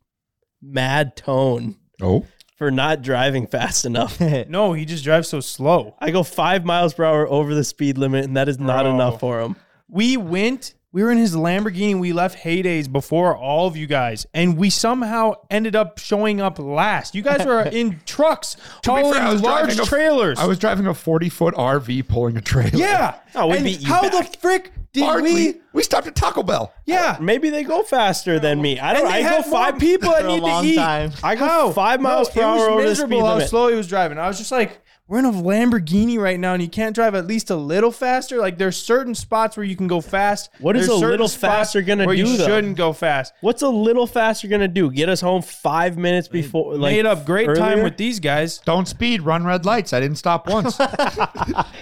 mad tone
Oh,
for not driving
[laughs]
fast enough.
No, he just drives so slow.
I go five miles per hour over the speed limit, and that is not
Bro.
enough for him.
We went. We were in his Lamborghini. We left Heydays before all of you guys, and we somehow ended up showing up last. You guys were
[laughs]
in trucks,
be
all
fair, I
in
was
large
driving a-
trailers.
I was driving a 40 foot RV pulling a trailer.
yeah.
Oh, we
And
beat you
how the
back.
frick did
Hardly.
we?
We stopped at Taco Bell.
Yeah.
uh,
Maybe they go faster than me. I don't.
And they
I go
had more
[laughs] five
people
For
that
a
need
long
to eat.
time.
I go
five miles per hour over the speed
How
limit.
slow he was driving. I was just like, we're in a Lamborghini right now, and you can't drive at least a little faster. Like there's certain spots where you can go fast.
What is
There's
a
certain
little
spots
faster gonna
where you
do, though?
shouldn't go fast.
What's a little faster gonna do? Get us home five minutes before. Like
Made up great time
earlier? [laughs]
with these guys.
Don't speed, run red lights. I didn't stop once.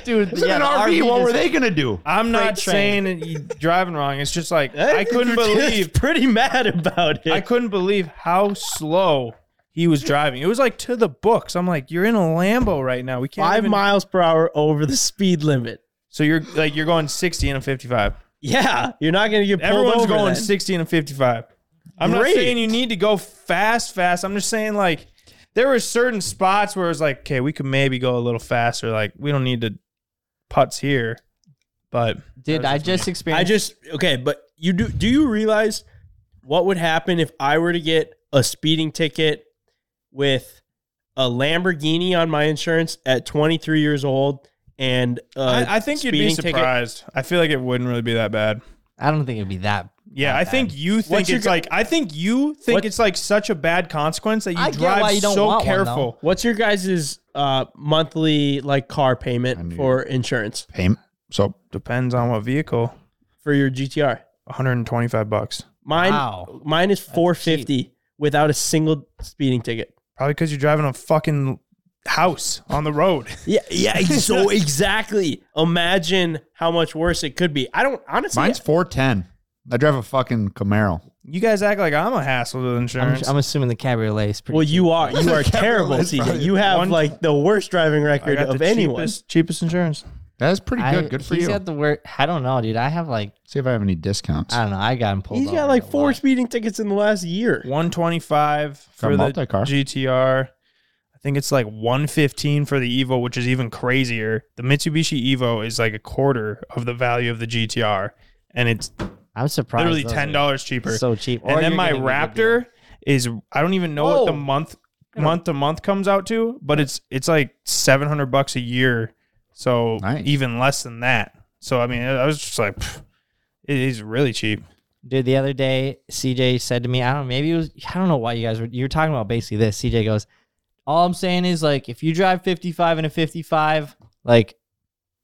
Dude, in
yeah,
an
the
RV,
RV
what were
just-
they going to do?
I'm not
train.
saying that
[laughs]
you driving wrong. It's just like
Eh?
I couldn't
You're just
believe
pretty mad about it.
I couldn't believe how slow he was driving. It was like to the books. I'm like, you're in a Lambo right now. We can't
five
even-
miles per hour over the speed limit.
So you're like you're going 60 and a 55.
Yeah, you're not gonna get pulled
Everyone's
over
going
then.
60 and a 55. I'm
Great.
not saying you need to go fast, fast. I'm just saying like there were certain spots where it was like, okay, we could maybe go a little faster. Like we don't need to putts here, but
did i just
I
experience
just okay, but you do. Do you realize what would happen if I were to get a speeding ticket with a Lamborghini on my insurance at 23 years old? And uh,
I, I think you'd be
speeding ticket?
surprised. I feel like it wouldn't really be that bad.
i don't think it'd be that
Yeah,
not
I
bad.
think you think
your
it's
gu-
like I think you think
What-
it's like such a bad consequence that you
I get
drive
why you don't
so
want one,
careful.
though.
What's your guys' uh, monthly like car payment
knew
for insurance
Payment. So
Depends on what vehicle.
for your GTR?
125 bucks.
Mine,
Wow.
mine is four fifty without a single speeding ticket.
Probably because you're driving a fucking house on the road.
Yeah,
[laughs]
yeah. So exactly. Imagine how much worse it could be. I don't honestly.
Mine's four ten. I drive a fucking Camaro.
You guys act like I'm a hassle to
I'm,
insurance.
I'm assuming the cabriolet is pretty.
well, you are you
[laughs]
are terrible,
Cabriolet's
TJ.
probably
You have
one-
like the worst driving
I
record
got
of
the
anyone.
cheapest, cheapest insurance.
That is pretty
I-
good. Good for
he's
you.
got the word. I don't know, dude. I have like
See if I have any discounts.
I don't know. I got him pulled.
He's
over
got like
a
four
lot.
speeding tickets in the last year.
125 for the
multi-car.
GTR. I think it's like 115 for the Evo, which is even crazier. The Mitsubishi Evo is like a quarter of the value of the GTR, and it's
I'm surprised.
literally
those are
ten dollars cheaper.
So cheap. Or
and then
you're
my
getting a good deal.
Raptor is I don't even know what the
Whoa.
month month to month comes out to, but it's it's like seven hundred bucks a year, so
Nice.
even less than that. So I mean, I was just like, pff, it is really cheap.
Dude, the other day, CJ said to me, I don't know, maybe it was, I don't know why you guys were, you were talking about basically this. CJ goes, All I'm saying is, like, if you drive 55 and a 55, like,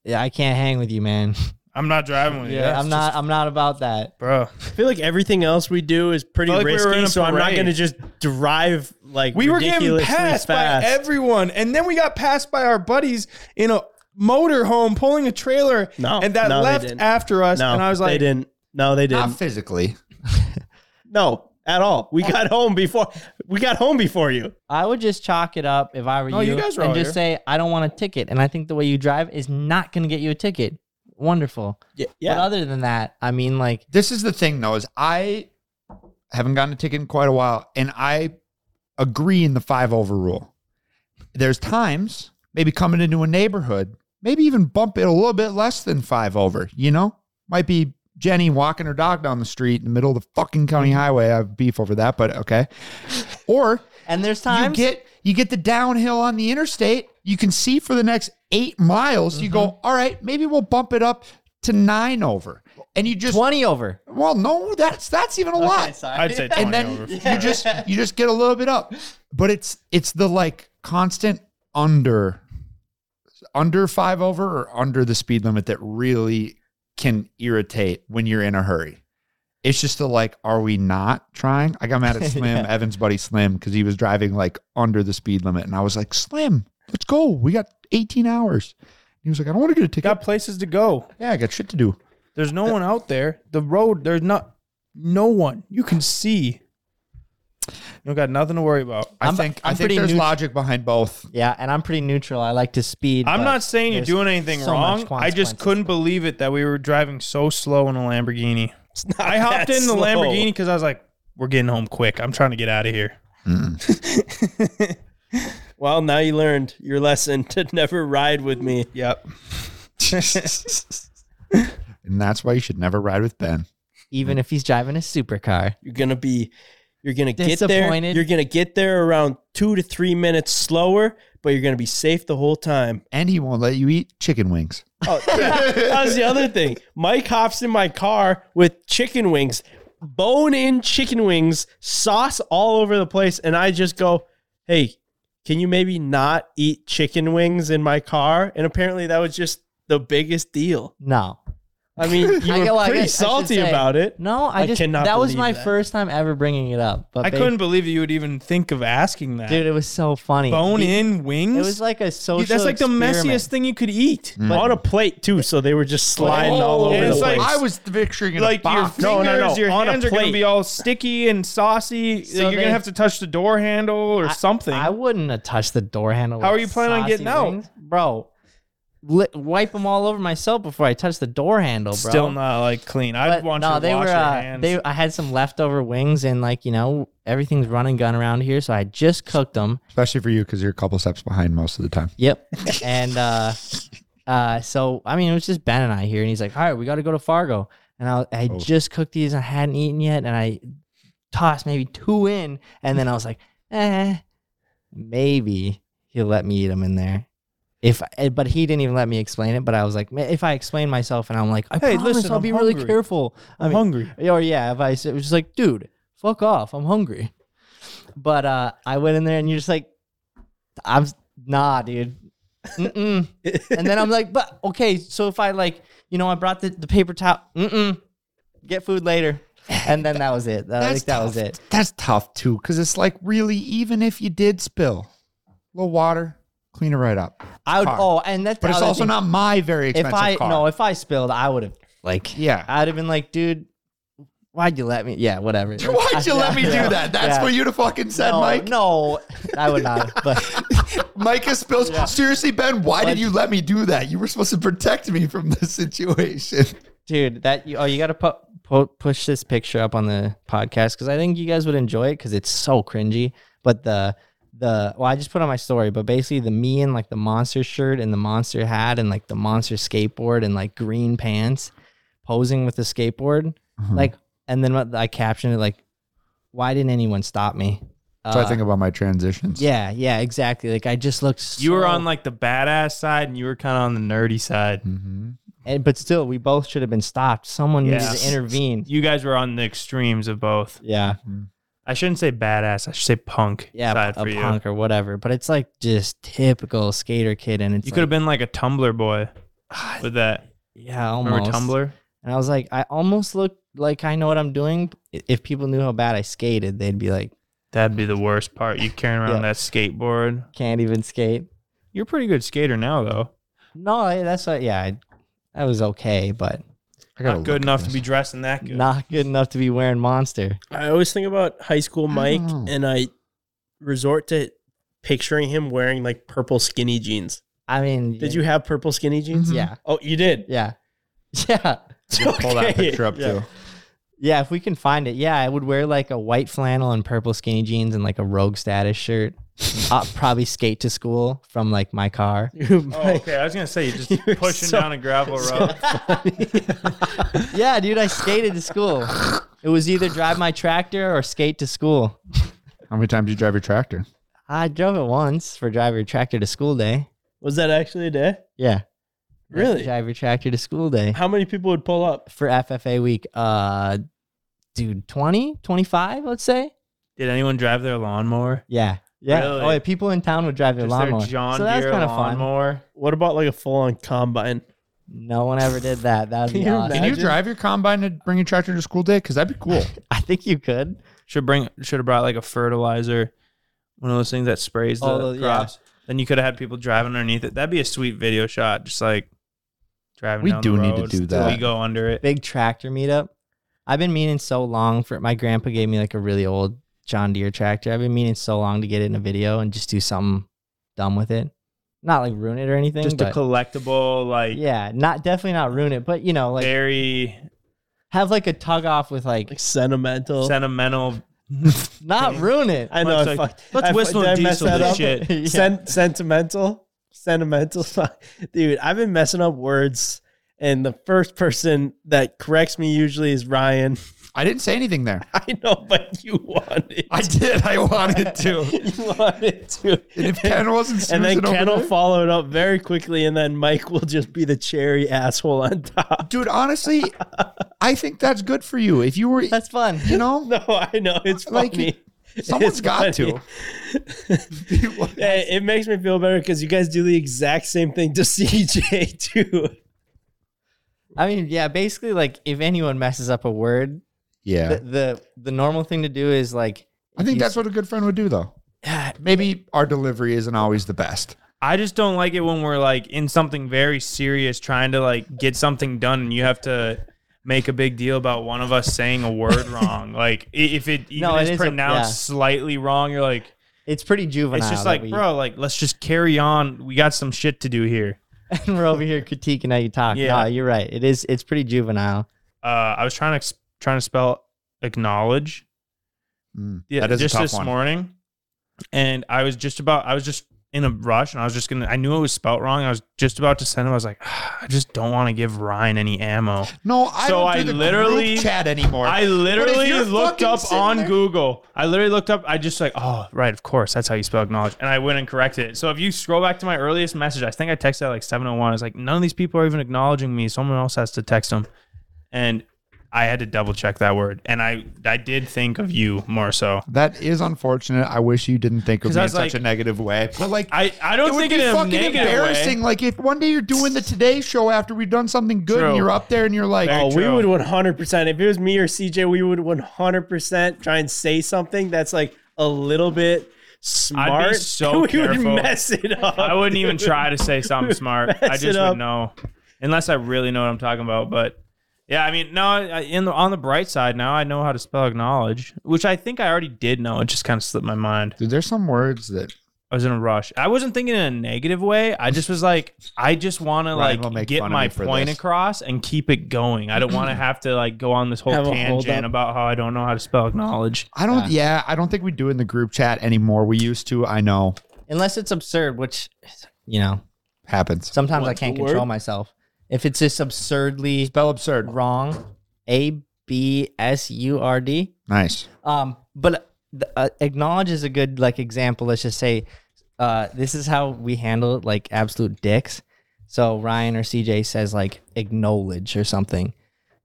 yeah, I can't hang with you, man. [laughs]
I'm not driving with you.
Yeah,
That's
I'm not,
just-
I'm not about that.
bro.
I feel like everything else we do is pretty
Felt like we were
risky,
in a
so I'm not
parade.
going to just drive like
We were getting
ridiculously
passed
fast.
by everyone, and then we got passed by our buddies in a motorhome pulling a trailer,
No,
and that
no, they
left
didn't.
after us,
no,
and I was
they
like, "Ah,
didn't. No, they
Not
didn't.
physically.
no, at all. We got home before. We got home before you.
I would just chalk it up if I were
No,
you,
you guys were
and
all
just say, I don't want a ticket. And I think the way you drive is not going to get you a ticket. Wonderful.
Yeah,
But other than that, I mean, like,
This is the thing though, is I haven't gotten a ticket in quite a while, and I agree in the five over rule. There's times, maybe coming into a neighborhood, maybe even bump it a little bit less than five over, you know? Might be Jenny walking her dog down the street in the middle of the fucking county highway. I have beef over that, but okay. Or
and there's times.
You get you get the downhill on the interstate. You can see for the next eight miles. You go, all right, maybe we'll bump it up to nine over, and you just
20 over.
well, no, that's that's even a lot.
I'd say 20
and then
over.
you just you just get a little bit up, but it's it's the like constant under under five over or under the speed limit that really can irritate when you're in a hurry. It's just the like, are we not trying? I got mad
[laughs]
at Slim, Evan's buddy Slim, because he was driving like under the speed limit. And I was like, Slim, let's go. We got 18 hours. He was like, I don't want to get a ticket.
got places to go.
yeah, I got shit to do.
There's no one out there. The road, there's not no one you can see. You don't got nothing to worry about.
I
I'm-
think i
I'm
think
pretty
there's
neut-
logic behind both.
Yeah, and I'm pretty neutral. I like to speed.
I'm
but
not saying you're
there's
doing anything
so
wrong.
much
I just
consequences.
couldn't believe it that we were driving so slow in a Lamborghini. I hopped
that
in the
slow.
Lamborghini because I was like, "We're getting home quick. I'm trying to get out of here."
Well, now you learned your lesson to [laughs] never ride with me.
Yep.
And that's why you should never ride with Ben.
even if he's driving a supercar.
You're gonna be. You're gonna get there.
Disappointed.
You're gonna get there around two to three minutes slower, but you're gonna be safe the
[laughs]
whole time.
And he won't let you eat chicken wings.
Oh, yeah. that was the other thing. Mike hops in my car with chicken wings, bone in chicken wings, sauce all over the place. And I just go, hey, can you maybe not eat chicken wings in my car? And apparently that was just the biggest deal.
No,
I
[laughs]
mean, you
I
were
get- well, I
pretty
guess I should
salty
say-
about it.
no, I,
I
just
cannot
that was
believe
my
that.
first time ever bringing it up.
[laughs]
But
I
they-
couldn't believe you would even think of asking that.
dude. It was so funny.
Bone
The-
in wings.
It was like a
You-
social.
that's like the
experiment.
messiest thing you could eat.
On a plate too, so they were just sliding
Oh,
all over
it's
the
like-
place.
I was picturing in
like
a
your
box.
fingers,
No, no, no,
your
on a
hands are gonna
plate.
be all sticky and saucy. Like,
So
you're
they-
gonna have to touch the door handle or something.
I wouldn't have touched the door handle.
How
with
are you planning on
saucy
getting out?
wings. bro? Li- wipe them all over myself before I touch the door handle, bro.
Still not like clean. I'd
But
want you
no,
to
they
wash
were.
your
uh,
hands.
They, I had some leftover wings, and like you know, everything's run and gun around here, so I just cooked them.
Especially for you because you're a couple steps behind most of the time.
[laughs]
Yep. And uh, uh, so I mean, it was just Ben and I here, and he's like, "All right, we got to go to Fargo." And I, I
Oh.
just cooked these, I hadn't eaten yet, and I tossed maybe two in, and then I was like, "Eh, maybe he'll let me eat them in there." If eh, but he didn't even let me explain it, but I was like, "Ma- if I explain myself, and I'm like, I
Hey,
promise
listen,
I'll
I'm
be really
hungry.
careful. I
I'm
mean,
hungry.
or Oh, yeah, if I s- it was just like, dude, fuck off, I'm hungry. But uh, I went in there and you're just like, I'm s- nah, dude. Mm-mm.
[laughs]
and then I'm like, but okay, so if I like, you know, I brought the, the paper towel. Mm-mm. Get food later. and then that was it. I think that was
tough.
it.
That's tough too, because it's like really, even if you did spill, a little water, clean it right up.
I would.
Car.
Oh, and that's
But it's
the other
also
thing.
not my very
If
expensive
I
car.
no, if I spilled, I would have like
yeah, [laughs]
I'd have been like, dude, why'd you let me? Yeah, whatever.
Why'd you let me do
Yeah,
that? That's
yeah.
what you'd have fucking said,
no,
[laughs] Mike.
No, I would not. have, But
Micah spills. Seriously, Ben, why
Like-
did you let me do that? You were supposed to protect me from this situation.
dude, that you, oh, you got to pu- pu- push this picture up on the podcast because I think you guys would enjoy it because it's so cringy. But the the well, I just put on my story, but basically the me in like the monster shirt and the monster hat and like the monster skateboard and like green pants, posing with the skateboard, like, and then what I captioned it like, why didn't anyone stop me?
[laughs] So I
Uh,
think about my transitions.
Yeah, yeah, exactly. Like I just looked. So,
You were on like the badass side, and you were kind of on the nerdy side.
Mm-hmm.
and, but still, we both should have been stopped. Someone
Yeah.
needed to intervene.
You guys were on the extremes of both.
Yeah,
Mm-hmm.
I shouldn't say badass. I should say punk.
yeah,
side
a
for you.
punk or whatever. But it's like just typical skater kid, and it's
You
like,
could have been like a Tumblr boy with that.
yeah,
Remember
almost
Tumblr?
And I was like, I almost look like I know what I'm doing. I- If people knew how bad I skated, they'd be like,
That'd be the worst part. You carrying around
Yeah.
that skateboard.
can't even skate.
You're a pretty good skater now, though.
No, I- that's what. Yeah, I, that was okay, but
I
Not good enough to be dressing that good.
not good enough to be wearing Monster.
I always think about high school Mike,
know.
and I resort to picturing him wearing like purple skinny jeans.
I mean,
Did you have purple skinny jeans?
[laughs] Yeah,
Oh, you did.
yeah, [laughs] yeah.
Pull that
Okay.
picture up
Yeah.
too.
Yeah, if we can find it. Yeah, I would wear like a white flannel and purple skinny jeans and like a rogue
[laughs]
status shirt. I'll probably skate to school from like
[laughs]
my car.
Oh, okay. I was gonna say
[laughs]
you're just pushing
so-
down a gravel road.
yeah, dude, I skated to school. It was either drive my tractor or skate to school.
How many times do you drive your tractor?
I drove it once for drive your tractor to school day.
Was that actually a day?
Yeah.
Really?
Drive your tractor to school day
How many people would pull up?
for FFA week. Uh dude, 20, 25, let's say.
Did anyone drive their lawnmower?
Yeah. Yeah.
Really?
Oh, yeah, people in town would drive their
Just
lawnmower.
their John
so that's
Deere
kind of fun.
lawnmower.
What about like a full on combine?
No one ever did that. That would
Can
be
you
awesome.
Can you
Imagine.
drive your combine to bring your tractor to school day? Because that'd be cool.
I think you could.
Should bring should have brought like a fertilizer, one of those things that sprays the
Oh, those- yeah.
crops. Then you could have had people driving underneath it. That'd be a sweet video shot, just like driving.
We
down
do
the
need to
roads
do
till We
that.
go under it.
Big tractor meetup. I've been meaning so long for my grandpa gave me like a really old John Deere tractor. I've been meaning so long to get it in a video and just do something dumb with it. Not like ruin it or anything.
Just a
but
collectible, like
yeah, not definitely not ruin it, but you know, like
very
have like a tug off with like,
Like sentimental.
sentimental.
not ruin it.
I know. I
Mike's like,
fucked-
"Let's
I fu-
whistle
did I
and
mess
diesel
that
this
up?" [laughs]
shit.
Yeah.
Sen- sentimental, sentimental, [laughs] dude. I've been messing up words, and the first person that corrects me usually is Ryan. [laughs]
I didn't say anything there.
I know, but you wanted,
I did. I wanted to.
[laughs] you wanted to.
And
[laughs]
if Ken wasn't
And then
Susan over
Ken will
there-
follow it up very quickly, and then Mike will just be the cherry asshole on top. [laughs]
dude, honestly, I think that's good for you. If you were,
That's fun.
you know,
No, I know it's
Like,
funny.
someone's
[laughs] It's
got
funny.
to.
Hey, it makes me feel better because you guys do the exact same thing to [laughs] CJ too.
I mean, yeah, basically like if anyone messes up a word, the
Yeah,
the, the normal thing to do is like [sighs]
I think
you-
that's what a good friend would do, though. Maybe our delivery isn't always the best.
I just don't like it when we're like in something very serious, trying to like get something done, and you have to make a big deal about one of us saying a
[laughs]
word wrong. Like i- if it even
No, it
is,
is a-
pronounced
yeah.
slightly wrong, you're like,
it's pretty juvenile.
it's just
that
like,
we-
bro, like let's just carry on. We got some shit to do here.
and [laughs] we're over here critiquing how you talk.
Yeah.
Yeah, you're right. It is. It's pretty juvenile.
Uh, I was trying to ex- trying to spell acknowledge.
Mm,
Yeah,
that is
just
a tough
this
one.
morning, and I was just about. I was just in a rush, and I was just gonna. I knew it was spelt wrong. I was just about to send him. I was like, "Ah, I just don't want to give Ryan any ammo.
No, I
So
don't
I
do the
literally-
group chat anymore.
I literally
you're
looked
fucking
up
sitting
on
there-
Google. I literally looked up. I just like, oh, right, of course, that's how you spell acknowledge, and I went and corrected it. So if you scroll back to my earliest message, I think I texted at like seven oh one. I was like, none of these people are even acknowledging me. Someone else has to text them, and I had to double check that word, and I I did think of you more so.
That is unfortunate. I wish you didn't think of
'Cause
me
I
in
was like-
such a negative way. But like,
I I don't
it would
think
be
it in a
fucking
negative way.
embarrassing. Like, if one day you're doing the Today Show after we've done something good,
True.
and you're up there and you're like,
oh, we would 100%. If it was me or CJ, we would 100% try and say something that's like a little bit smart.
I'd be so
[laughs] we
careful.
would mess it up.
I wouldn't even
dude.
try to say something
We'd
smart. I
mess it
just
up.
would know, unless I really know what I'm talking about. But yeah, I mean, no. I- In the, on the bright side, now I know how to spell acknowledge, which I think I already did know. It just kind of slipped my mind.
Dude, there's some words that
I was in a rush. I wasn't thinking in a negative way. I just was like, I just want to
Ryan will
like
make
get
fun of
my
me for
point
this.
across and keep it going. I don't want to have to like go on this whole
Have a hold
tangent
up.
about how I don't know how to spell acknowledge.
I don't. Yeah. I don't think we do in the group chat anymore. We used to. I know
Unless it's absurd, which you know,
happens.
sometimes
What's
I can't
the word?
control myself. If it's just absurdly
Spell absurd.
wrong, A B S U R D.
Nice.
Um, but the, uh, acknowledge is a good like example. Let's just say, uh, this is how we handle like absolute dicks. So Ryan or CJ says like acknowledge or something,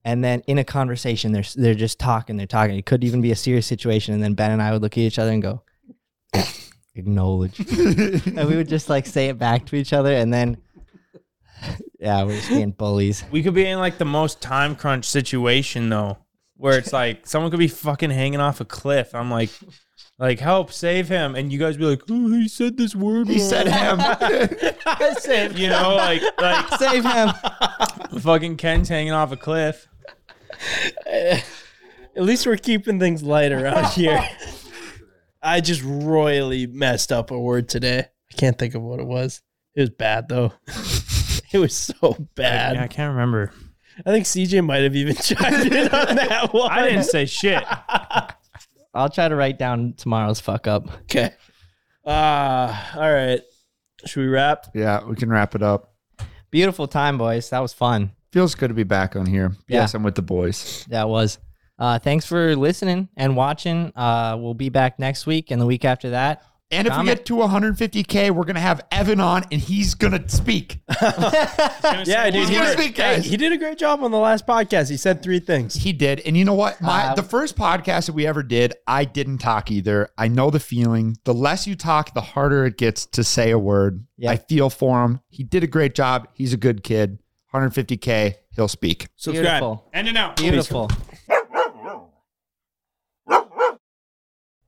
and then in a conversation they're they're just talking, they're talking. It could even be a serious situation, and then Ben and I would look at each other and go, [coughs] acknowledge, and we would just like say it back to each other, and then [laughs] yeah, we're just being bullies. [laughs]
We could be in like the most time crunch situation though, where it's
[laughs]
like someone could be fucking hanging off a cliff. I'm like, like help, save him, and you guys be like, oh, he said this word.
He
wrong."
said
[laughs]
him. [laughs]
you know, like like
Save him.
fucking Ken's hanging off a cliff.
At least we're keeping things
[laughs]
light around here. I just royally messed up a word today. I can't think of what it was. It was bad though. [laughs] it was so bad.
I can't remember.
I think CJ might have even [laughs] chimed in
[laughs]
on that one.
I didn't say shit.
I'll try to write down tomorrow's fuck up.
[laughs] Okay. Ah, all right. Should we wrap?
Yeah, we can wrap it up.
Beautiful time, boys. That was fun.
Feels good to be back on here.
Yeah.
Yes, I'm with the boys.
That was. Uh, thanks for listening and watching. Uh, we'll be back next week and the week after that.
And if we
Comment.
get to 150k, we're gonna have Evan on, and he's gonna speak.
Yeah, dude.
He's
He
gonna
did,
speak, guys.
hey, he did a great job on the last podcast. He said three things.
He did. And you know what? My
Uh,
the first podcast that we ever did, I didn't talk either. I know the feeling. The less you talk, the harder it gets to say a word.
Yeah.
I feel for him. He did a great job. He's a good kid. 150k, he'll speak.
Subscribe.
Beautiful.
End it now.
Beautiful.